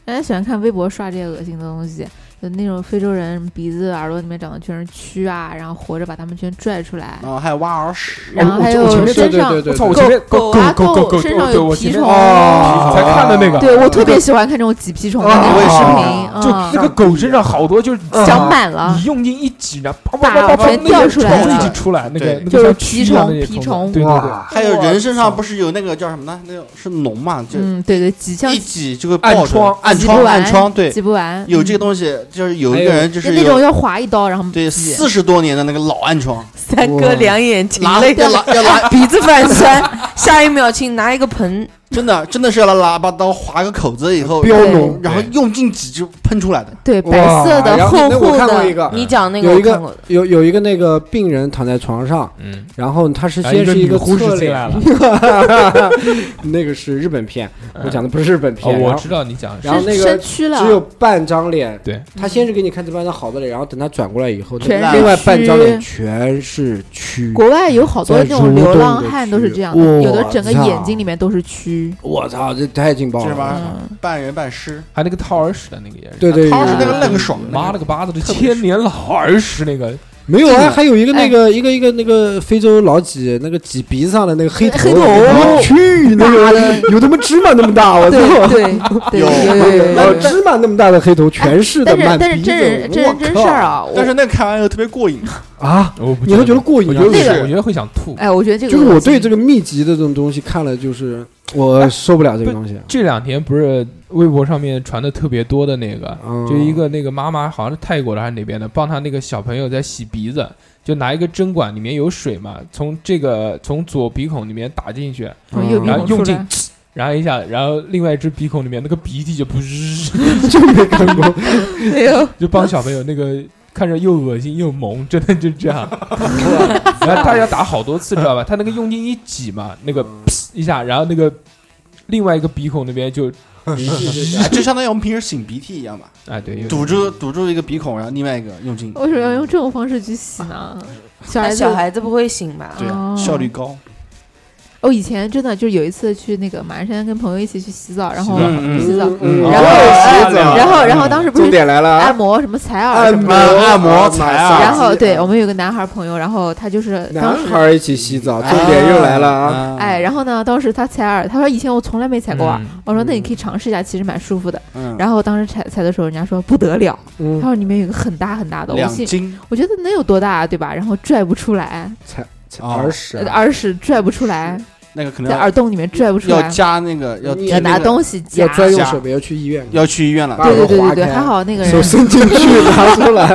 嗯家喜欢看微博刷这些恶心的东西，有那种非洲人鼻子、耳朵里面长的全是蛆啊，然后活着把他们全拽出来然，后还有挖耳屎，哎然后还有我前面对身对上对对，我操！我对前面狗狗啊狗狗狗身上狗有狗我蜱前面虫哦才看的那个，对我特别喜欢看这种挤屁啊虫的那我也种是视频，就啊那个狗身上好多就是嗯长满了你，用力一挤，然后啪啪啪啪啪，全那掉个出来虫了一起出来，那个对那就个是像蜱蛆一样的虫蜱虫那些对对对，哇哎还有人身上不是有那个叫什么呢？那个是脓嘛，就嗯，对对，挤像一挤就会暗爆出来疮暗挤不疮，完暗疮，对挤，不完，有这个东东西，就是有一个哎人就是那种有要划一刀，然后对挤四十多年的那个老暗 [laughs] 疮， [laughs] 三哥两眼睛拉泪要拉要拉， [laughs] 鼻子泛酸，下一秒请拿一个盆，真的真的是要拿喇叭刀划个口子以后，标对脓，然后用劲挤就喷出来的。对哇白色的然后厚那厚我看过一的，个，你讲那个有我一看过个，有有一个那个病人躺在床上，嗯，然后他是然后先是女一个护士侧进脸，来了， [laughs] 那个是日本片，嗯我讲的不是日本哦，片，我然后知道你讲的是然后那是个身躯了，只有半张脸，对，他先是给你看这半张好的脸，然后等他转过来以后，全另外是半张脸蛆全是蛆，国外有好多在那种蠕流动浪的汉都是蛆这样的，有的我整个操眼睛里面都是蛆，须，我操，这太劲爆这玩了！意儿嗯，半人半尸，还有那个掏耳屎的那个也是，对对，他是有那个愣爽，妈了个巴子，这特别千年老耳屎那个，没有这啊？个还有一个哎那个一个一个那个非洲老几，那个挤鼻子上的那个黑头，黑头我去，那个有他妈芝麻那么 [laughs] 大，[laughs] 我对操！对对，有有有有然后有有。芝麻那么大的黑头，全是的，但满是但鼻是子真人真我人真事儿啊，我但是那个看完以后特别过 [laughs] 瘾，靠啊！我不你会觉得过瘾我啊，觉得那我个我觉得会想吐。哎，我觉得这个就是我对这个个密集的这种东西看了，就是我受啊不了这个东西。这两天不是微博上面传的特别多的那个，嗯就一个那个妈妈好像是泰国的还是哪边的，帮她那个小朋友在洗鼻子，就拿一个针管里面有水嘛，从这个从左鼻孔里面打进去，从右鼻然孔后出来用劲，然后一下，然后另外一只鼻孔里面那个鼻涕就噗，就没看过，没有，就帮小朋友那个看着又恶心又萌，真的就这 [laughs] 样。然后他要打好多次，知道吧？他那个用劲一挤嘛，那个嗯噗一下，然后那个另外一个鼻孔那边就嗯哎就相当于我们平时擤鼻涕一样嘛，哎对，有堵住堵住一个鼻孔，然后另外一个用劲， [laughs] 为什么要用这种方式去洗呢？小那孩子，小孩子不会醒吧？对啊哦，效率高。哦，以前真的就是有一次去那个马鞍山跟朋友一起去洗澡，然后洗洗澡澡，嗯然后哦洗澡然后然后当时不重是点来了啊，按摩什么采耳按什么摩的。按摩踩啊然后对我们有个男孩朋友，然后他就是当男时孩儿一起洗澡，重点又来了啊！啊哎，，然后呢，当时他采耳，他说以前我从来没采过耳，嗯我说那你可以尝试一下，其实蛮舒服的。嗯然后当时采采的时候，人家说不得了，他嗯，说里面有一个很大很大的，我两心斤我觉得能有多大啊，对吧？然后拽不出来，耳屎呃，耳屎拽不出来，那个可能在要耳洞里面拽不出要来，加那个要你要拿东东西夹要。专用手别要去医院，要去医院了，把对对对耳对朵对，划开还好那个手人，伸进去 [laughs] 拿出来，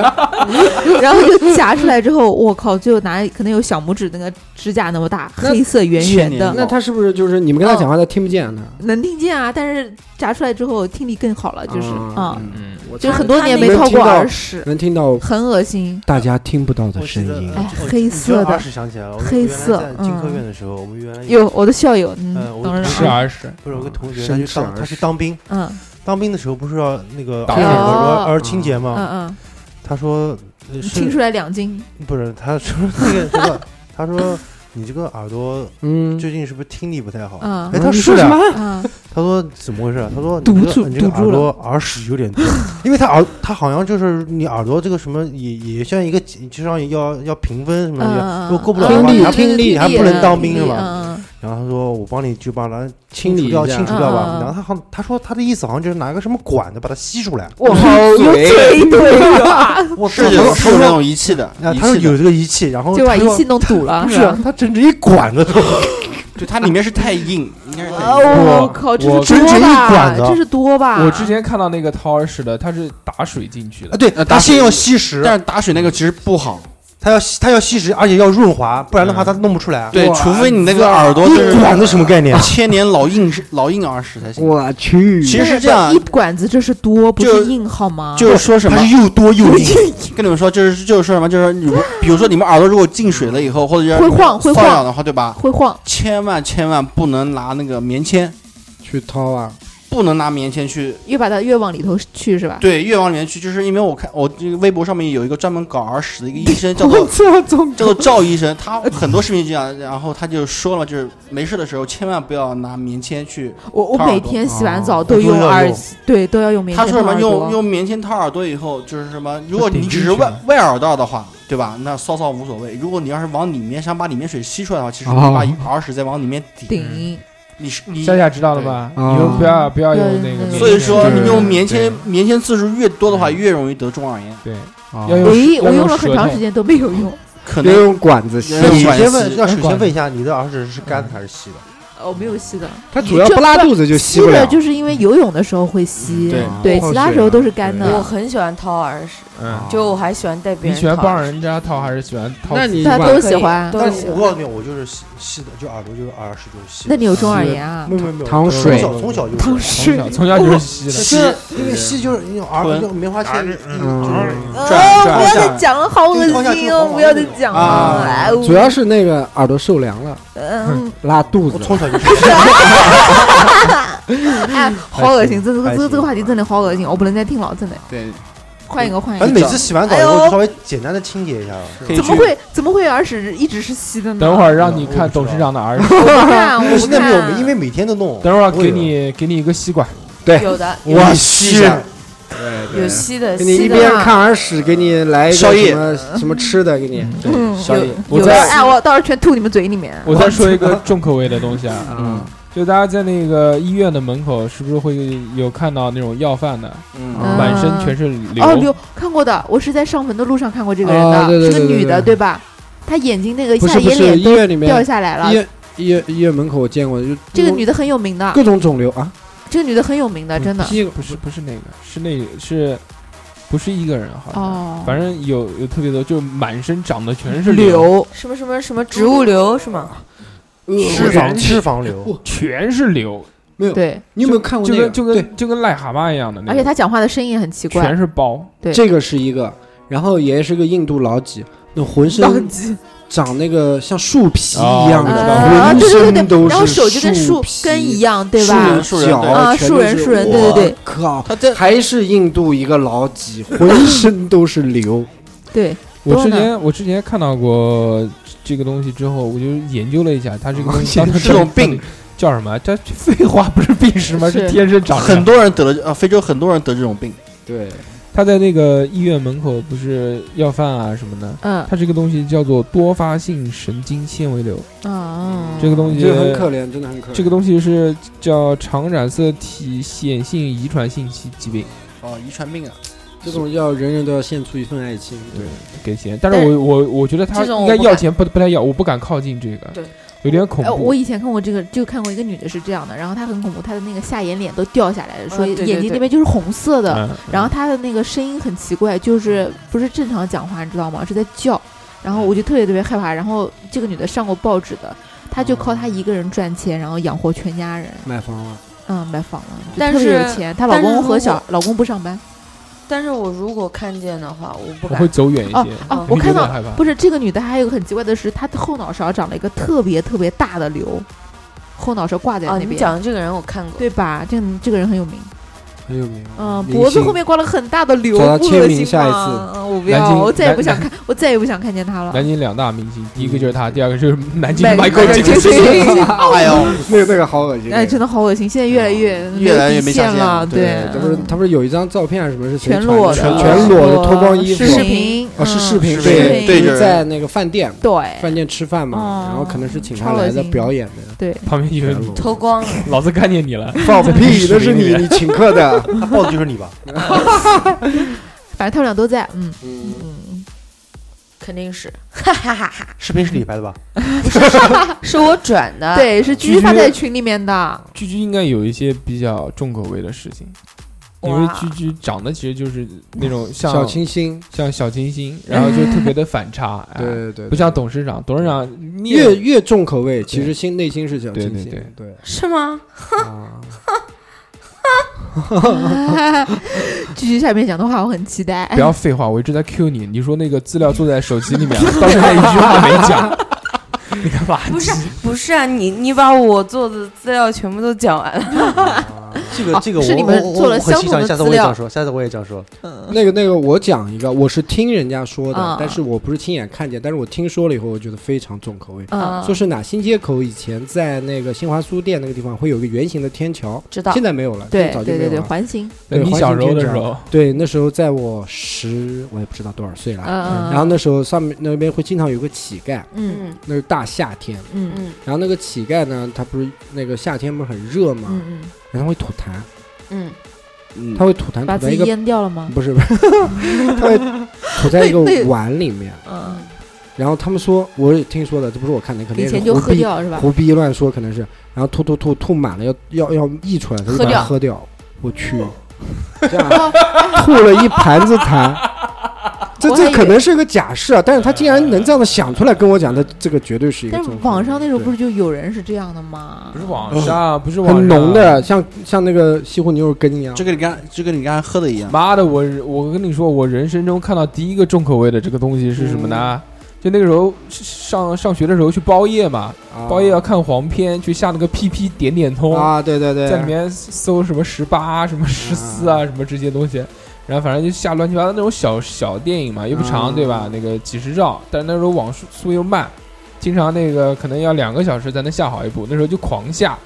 然后就夹出来之后，我靠，最后拿可能有小拇指那个指甲那么大，那黑色圆千圆年的，那他是不是就是你们跟他讲话他听不见他？能听见啊，但是夹出来之后听力更好了，就是啊嗯，嗯，我就是他很多他年那没个掏听过到耳屎，能听到很恶心。大家听不到我的记声得音。我哎我黑你色知道的耳屎想起来了，我黑原来色在进科嗯院的时候，我们原来有有我的校友，嗯呃，我当吃时啊，耳屎，不是有个同学，他生去吃耳当他去当兵，嗯哦当兵的时候不是要那个打耳耳朵朵耳耳清洁嗯吗？嗯，他说呃听出是来两斤，不是？他说那个什么？他说你这个耳朵嗯，最近是不是听力不太好？嗯哎，他你是说什的么。嗯，他说怎么回事啊？他说你堵这个住你这个堵住耳朵耳屎有点多，因为他耳他好像就是你耳朵这个什么也也像一个就像要要评分什么嗯的，哎如果过不了的听话，力你还不听力你还不能当兵是吧？吧？然后他说我帮你就把它清除理一掉，下清除掉吧。嗯嗯嗯然后他好像他说他的意思好像就是拿个什么管子把它吸出来。我好有嗯嘴啊对吧？我是有是有那种仪器的，啊，仪他说器的有这个仪器，然后就把哦他仪说器弄堵了，不是是啊吧？他整整一管子都 [laughs] 就它里面是太硬，应该是太硬。哦，我我靠，这我是真是多一吧？管子这是多吧？我之前看到那个掏耳屎的，他是打水进去啊，的，对，呃他打先水要吸食，但是打水那个其实不好，他要吸他要吸食，而且要润滑，不然的话他弄不出来啊。对，哇除非你那个耳朵就是一管子什么概啊念？ [laughs] 千年老硬是老硬耳屎才行。我去，其实是不这样一管子这是多，不就是硬好吗？就是说什么它，是又多又硬，跟你们说，就是就是说什么，就是你比如说你们耳朵如果进水了以后，或者是会晃会晃瘙痒的话，对吧？会晃，千万千万不能拿那个棉签，去掏啊！不能拿棉签去，越把它越往里头去是吧？对，越往里面去，就是因为我看我这个微博上面有一个专门搞耳屎的一个医生，叫 [laughs] 我做操， [laughs] 总叫做赵医生，他很多视频就这样，然后他就说了，就是没事的时候千万不要拿棉签去，我我掏耳每朵天洗完哦澡都都用要耳用机，对，都要用棉他签说什么掏耳朵用用棉签掏耳朵以后，就是什么，如果顶你只进是去外了外耳道的话，对吧？那骚骚无所谓。如果你要是往里面想把里面水吸出来的话，其实你哦把耳屎再往里面顶，顶，你是你。夏夏知道了吧？对以后不要不要用那对个，所以说，对你用棉签对，嗯棉签次数越多的话，越容易得中耳炎，对，啊要用诶，要我嗯用用了很舌长头时间都没有用，可别能用管子吸，别用你管先子问，要首管先子问一下，你的耳屎是干的还是稀的？呃我没 [laughs] 有吸的，它主要不拉肚子就吸不的了。就是因为游泳的时候会吸，对对，泡其他水时候啊都是干我的。很喜欢掏耳屎，嗯，哦就我还喜欢带别你人。喜欢帮？人家掏还是喜欢掏？那你大家都管可喜以欢都但喜是我欢告诉你，我就是吸吸的，就耳朵就是耳屎就是吸的。那你有中耳是炎啊没？有没有没有，糖从水小从小就当是。从时小从小就是吸的，就是因为吸就是你耳朵吞就棉花切，嗯呃转转不要一下再讲了，好恶就是往下心就哦！往不往要那再种讲啊了，哎，主要是那个耳朵受凉了，嗯，拉肚我子。从小就是。哎，好恶心，这这个这个还行这个话题真的好恶心，我不能再听了，真的。对，换一个，换一反个。正每次洗完澡以哎后呦就稍微简单的清洁一下吧。可以怎么去会怎么会耳屎一直是稀的呢？等会儿让你看董事长的儿子，我不 [laughs] 看，我但不现在没有，看，因为每天都弄。等会儿给你给你一个 [laughs] 吸管，有 [laughs] 的有我吸一去，下对有吸的，给你一吸的边看耳屎，给你来一个宵夜什么什么吃的，给你。嗯小野我有的再哎，我到时候全吐你们嘴里面。我再说一个重口味的东西啊，嗯，就大家在那个医院的门口，是不是会有看到那种要饭的，嗯满身全是哦，瘤？刘看过的，我是在上坟的路上看过这个人哦的，对对是个对对女的，对对吧？她眼睛那个一不下是不眼是，脸医都院里面掉下来了医。院医院医院门口我见过，就这个女的很有名的，各种肿瘤啊，这个女的很有名的，真的。屁股不是不是那个，是那个是，不是一个人嗯好像，哦，反正有有特别多，就满身长的全是瘤，柳什么什么什么植物瘤是吗？脂肪脂肪瘤，全是瘤， [laughs] 没有，对，你有没有哦看过就那个？跟就对跟就跟癞蛤蟆一样的那而且个，她讲话的声音也很奇怪全。是包，对这个是一个，然后也是个印度老几，那浑身长那个像树皮一样的，啊，浑对对对身对，都然后是手就跟树皮根一，样，对树吧人？树人脚对啊全树都人是树人对对对，我靠，他这还是印度一个老几，浑身都是瘤，对，我多之呢前我之前看到过这个东西之后，我就研究了一下，它这个东西研当究时这种到底病叫什么？这这废话不是病是吗？是是天生长很的。多人得了啊，非洲很多人得这种病，对，他在那个医院门口不是要饭啊什么的，嗯它这个东西叫做多发性神经纤维瘤，嗯，这个东西这个很可怜，真的很可怜。这个东西是叫常染色体显性遗传性疾疾病，哦，遗传病啊，这种要人人都要献出一份爱心，对，给钱。但是我我我觉得他这种应我该不要敢钱不不太要，我不敢靠近这个，对，有点恐呃，我怖。以前看过这个，就看过一个女的是这样的，然后她很恐怖，她的那个下眼脸都掉下来了，说嗯对对眼睛那对边就是红色的，嗯然后她的那个声音很奇怪，就是不是正常讲话，你知道吗？是在叫，然后我就特别特别害怕。然后这个女的上过报纸的，她嗯就靠她一个人赚钱，然后养活全家人，买房了，嗯，买房了，就但特别有是钱。她老但是公如和小果老公不上班，但是我如果看见的话，我不我敢会。走远一些哦，嗯哦，会我有看点到害怕。不是这个女的，还有一个很奇怪的是，她的后脑勺长了一个特别特别大的瘤，后脑勺挂在啊，那你们边，讲的这个人我看过，对吧？这个这个人很有名。很有名。嗯，明脖子星后面挂了很大的瘤，找他不恶签心名吗？下一次嗯，我不南要，京我再也南不想看，我再也不想看见他了。南京两大明星，第一个就是他，第二个就是 [laughs] 南京 Michael Michael Jackson [laughs] Jackson。哦哎呦，那个那个好恶心，哎，真的。的好恶心！现在越来啊越越来越底没下线限了，了对他不是他不是有一张照片还是什么是谁全传裸的的，全全裸的脱光衣服，视频嗯哦是视频嗯视对频对着就人是在那个饭店对饭店吃饭嘛，哦然后可能是请他超恶来的心表演的。对， [laughs] 旁边有人全裸脱光 [laughs] 了，老子看见你了，放嗯屁，那视是频里你面你请客的。 [laughs] 他报的就是你吧？反正他们俩都在， [laughs] 嗯嗯，嗯，肯定是，哈哈哈哈，视频是你拍的吧？ [laughs] 是我转的，，对，是居居发在群里面的，居居应该有一些比较重口味的事情，因为居居长得其实就是那种像小清新，像小清新，然后就特别的反差，哎对对对，不像董事长，董事长面越越重口味，其实心内心是小对清对新对，对是吗？啊， [laughs] 居居下面讲的话，我很期待 [laughs] 不。要废话，我一直在 Q 你，你说那个资料做在手机里 [laughs] 面，到现在一句话没 [laughs] 讲，你干嘛？ [laughs] 不是不是啊，你你把我做的资料全部都讲完了，这个这个我是你们我我做了我很相欣同赏的下次资我也料这样说，下次我也这样说。那个那个，我讲一个，我是听人家说的啊，但是我不是亲眼看见，但是我听说了以后，我觉得非常重口味。嗯说是哪新街口以前在那个新华书店那个地方会有一个圆形的天桥，知道现在没有了，对早对就对没有对，了。环形，对你环小形时候天的时桥候，对，那时候在我十，我也不知道多少岁了。啊嗯然后那时候上面那边会经常有个乞丐，嗯嗯那是大夏天。嗯嗯嗯然后那个乞丐呢，他不是那个夏天不是很热嘛，嗯然后他会吐痰，嗯，嗯他会吐痰嗯，把吐在自一己个淹掉了吗？不是不是， [laughs] 他会吐在一个碗里面。嗯，然后他们说，我也听说的，这不是我看的，肯定以是前就胡喝逼掉是吧？胡逼乱说，可能是。然后吐吐吐吐满了，要要要溢出来，他就喝把它掉喝掉。我去，哦这样吐了一盘子痰。 [laughs] 这我还这以可为能是个假设啊，但是他竟然能这样的想出来跟我讲，他这个绝对是一个但中是国人。网上那时候不对是就有人是这样的吗不？是网上，不是网上，很浓的，像像那个西湖牛肉羹一样这。跟你刚就跟你刚才喝的一样，妈的，我我跟你说，我人生中看到第一个重口味的这个东西是什么呢？嗯就那个时候上上学的时候去包夜嘛，啊包夜要看黄片，去下那个 PP 点点通，啊，对对对，啊嗯在里面搜什么十八、什么十四啊、什么这些东西。然后反正就下乱七八糟那种小小电影嘛，又不长，嗯对吧？那个几十兆，但那时候网速速又慢，经常那个可能要两个小时才能下好一部，那时候就狂下，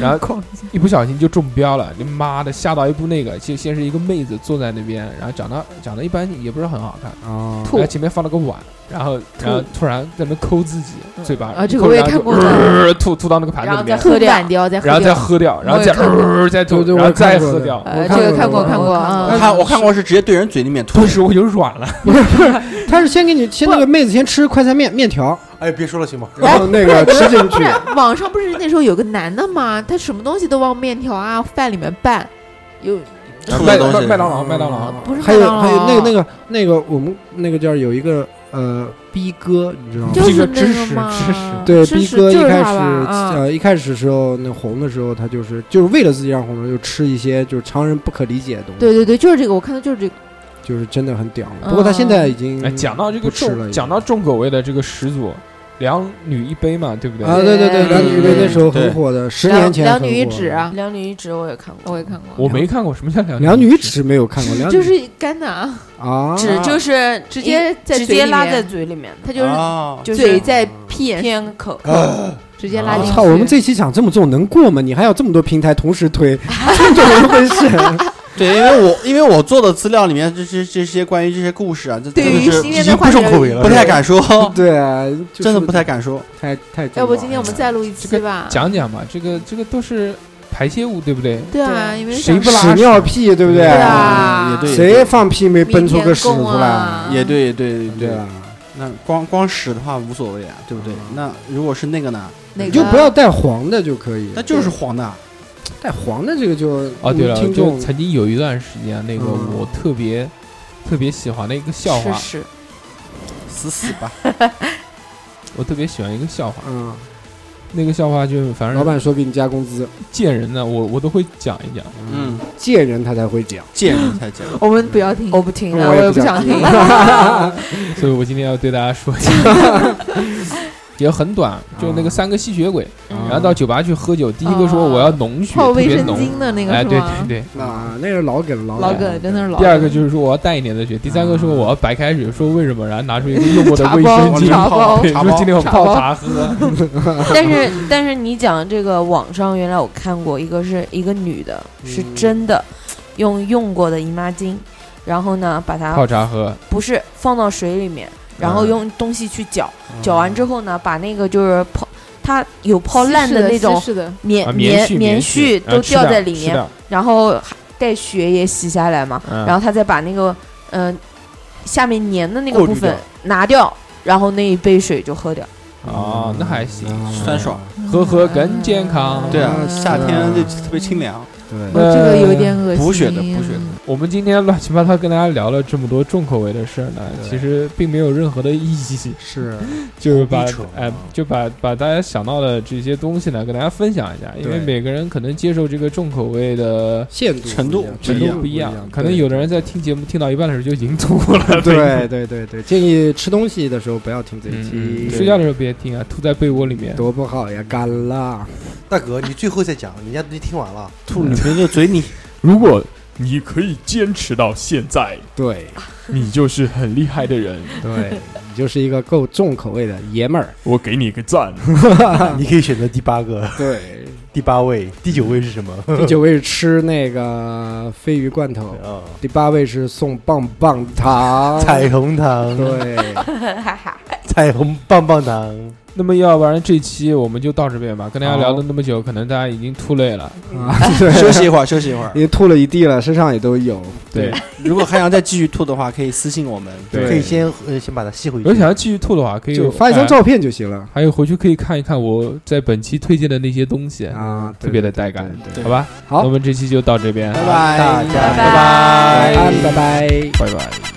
然后狂一不小心就中标了，你妈的下到一部那个，先先是一个妹子坐在那边，然后长得长得一般，也不是很好看，啊，吐然后前面放了个碗，然后然后突然在那抠自己嘴巴，啊这个一抠我也然后看就呃过的吐吐到那个盘子然后里面再，吐喝掉满掉再 [laughs] 喝然后再掉喝掉，然后我再也看过呃再吐，对对，然后我再看过喝的掉。呃，我这个看看过过看过啊，我嗯看我看过是直接对人嘴里面吐当，时我就软了，他是先给你先那个妹子先吃快餐面面条，哎，别说了行吗？然后那个吃进不去是，网上不是那时候有个男的嘛，他什么东西都往面条啊饭里面拌，有吐麦的东麦西麦。当劳麦当劳，不是还有麦当劳啊还有那个那个那个我们那个叫有一个呃逼哥，你知道吗？就这是个知那识个嘛知识，对，知逼识哥一就是开他始吧啊，呃一开始时候那红的时候，他就是就是为了自己让红了，就吃一些就是常人不可理解的东西，对对嗯对，就是这个，我看的就是这个，就是真的很屌了。不过他现在已经哎，讲到这个不吃了已重，经讲到重口味的这个始祖，两女一杯嘛，对不对？啊，对对对，对梁女那时候很对火的，十两年前嗯两很女一火指，啊，两女一指我也看过，我也看过，我没看过什么叫两两女女一一指没有看 [laughs] 过，指梁女就是干的啊，啊，指就是直接在直嘴接里拉面在嘴里面的，他就是啊就是嘴在屁眼偏口。直接啊拉我进去。操！我们这期讲这么重能过吗？你还有这么多平台同时推， [laughs] 这怎么回事？对，因为我因为我做的资料里面，这这这些关于这些故事啊，这对真的于是新鲜的话题而言，不太敢说，对啊，就 [laughs] 是真的不太敢说。太太重要了。哎要不今天我们再录一期吧？讲讲嘛，这个这个都是排泄物，对不对？对啊，对因为谁不拉屎尿屁，对不对？对啊嗯也对，谁放屁没奔出个屎供出来啊？也对，也对，也对对。啊，那光光屎的话无所谓啊，对不对？那如果是那个呢？那你个就不要带黄的就可以。那就是黄的，啊带黄的这个就哦，对了，听就众曾经有一段时间，那个嗯我特别特别喜欢的一个笑吃话，屎，死死吧。我特别喜欢一个笑话，嗯，那个笑话就反老正板说给你加工资，见人呢，我我都会讲一讲。嗯，见人他才会讲。见人才讲。我们不要听，我不听啊了我。也也不不想想 [laughs] 听听。所以我今天要对大家说一下，也很短，就那个三个吸血鬼，啊嗯然后到酒吧去喝酒，第一个说哦我要浓血， [laughs] 泡特卫别生浓，巾的那个哎，是对吗对？对。啊，那是老梗，老老梗梗真的是老梗。第二个就是说我要淡一点的血，第三个说我要白开水，说为什么，然后拿出一个用过的卫生巾，茶包对，茶说包今天我茶泡包茶喝，但是但是你讲这个网上原来我看过一个是一个女的，是真的用用过的姨妈巾，然后呢把它泡茶喝，不是放到水里面，然后嗯用东西去搅，搅完之后呢把那个就是泡它有泡烂的的那种是的，棉啊棉絮棉棉絮然后都吃掉掉在里吃面，掉然后还带血也洗下来嘛，嗯然后他再把那个嗯、呃、下面粘的那个过部滤掉分拿掉，然后那一杯水就喝掉。哦，那还行，酸爽，喝喝更健康。对啊，嗯夏天就特别清凉。我呃哦对，这个有点啊恶心。补血的补血的我们今天乱七八糟跟大家聊了这么多重口味的事儿呢，对其实并没有任何的意义，是就是把胡逼扯哎、就把把大家想到的这些东西呢，跟大家分享一下，因为对每个人可能接受这个重口味的限度程度不程一度样不不一样样，，可能有的人在听节目听到一半的时候就已经吐了，对对对对，建议吃东西的时候不要听这一嗯，期，睡觉的时候别听啊，吐在被窝里面，多不好呀，干了。大哥，你最后再讲，人家都听完了。吐你 [laughs] 们就嘴里，如果你可以坚持到现在，对你就是很厉害的人， [laughs] 对，你就是一个够重口味的爷们儿。我给你个赞。 [laughs] 你可以选择第八个、对，第八位、第九位是什么？第九位是吃那个鲱鱼罐头，啊，第八位是送棒棒糖， [laughs] 彩虹糖、对， [laughs] 啊 [laughs] 彩虹棒棒糖。那么要不然这期我们就到这边吧，跟大家聊了那么久，可能大家已经吐累了，啊，对，休息一会儿，休息一会儿。也吐了一地了，身上也都有。对。如果还想再继续吐的话，可以私信我们。对可以先呃先把它吸回如果想去。要继续吐的话，可以就发一张哎照片就行了还有回去可以看一看我在本期推荐的那些东西，啊，特别的对带感，对好吧？好那我们这期就到这边，拜拜，大家拜晚拜安，拜拜。拜拜。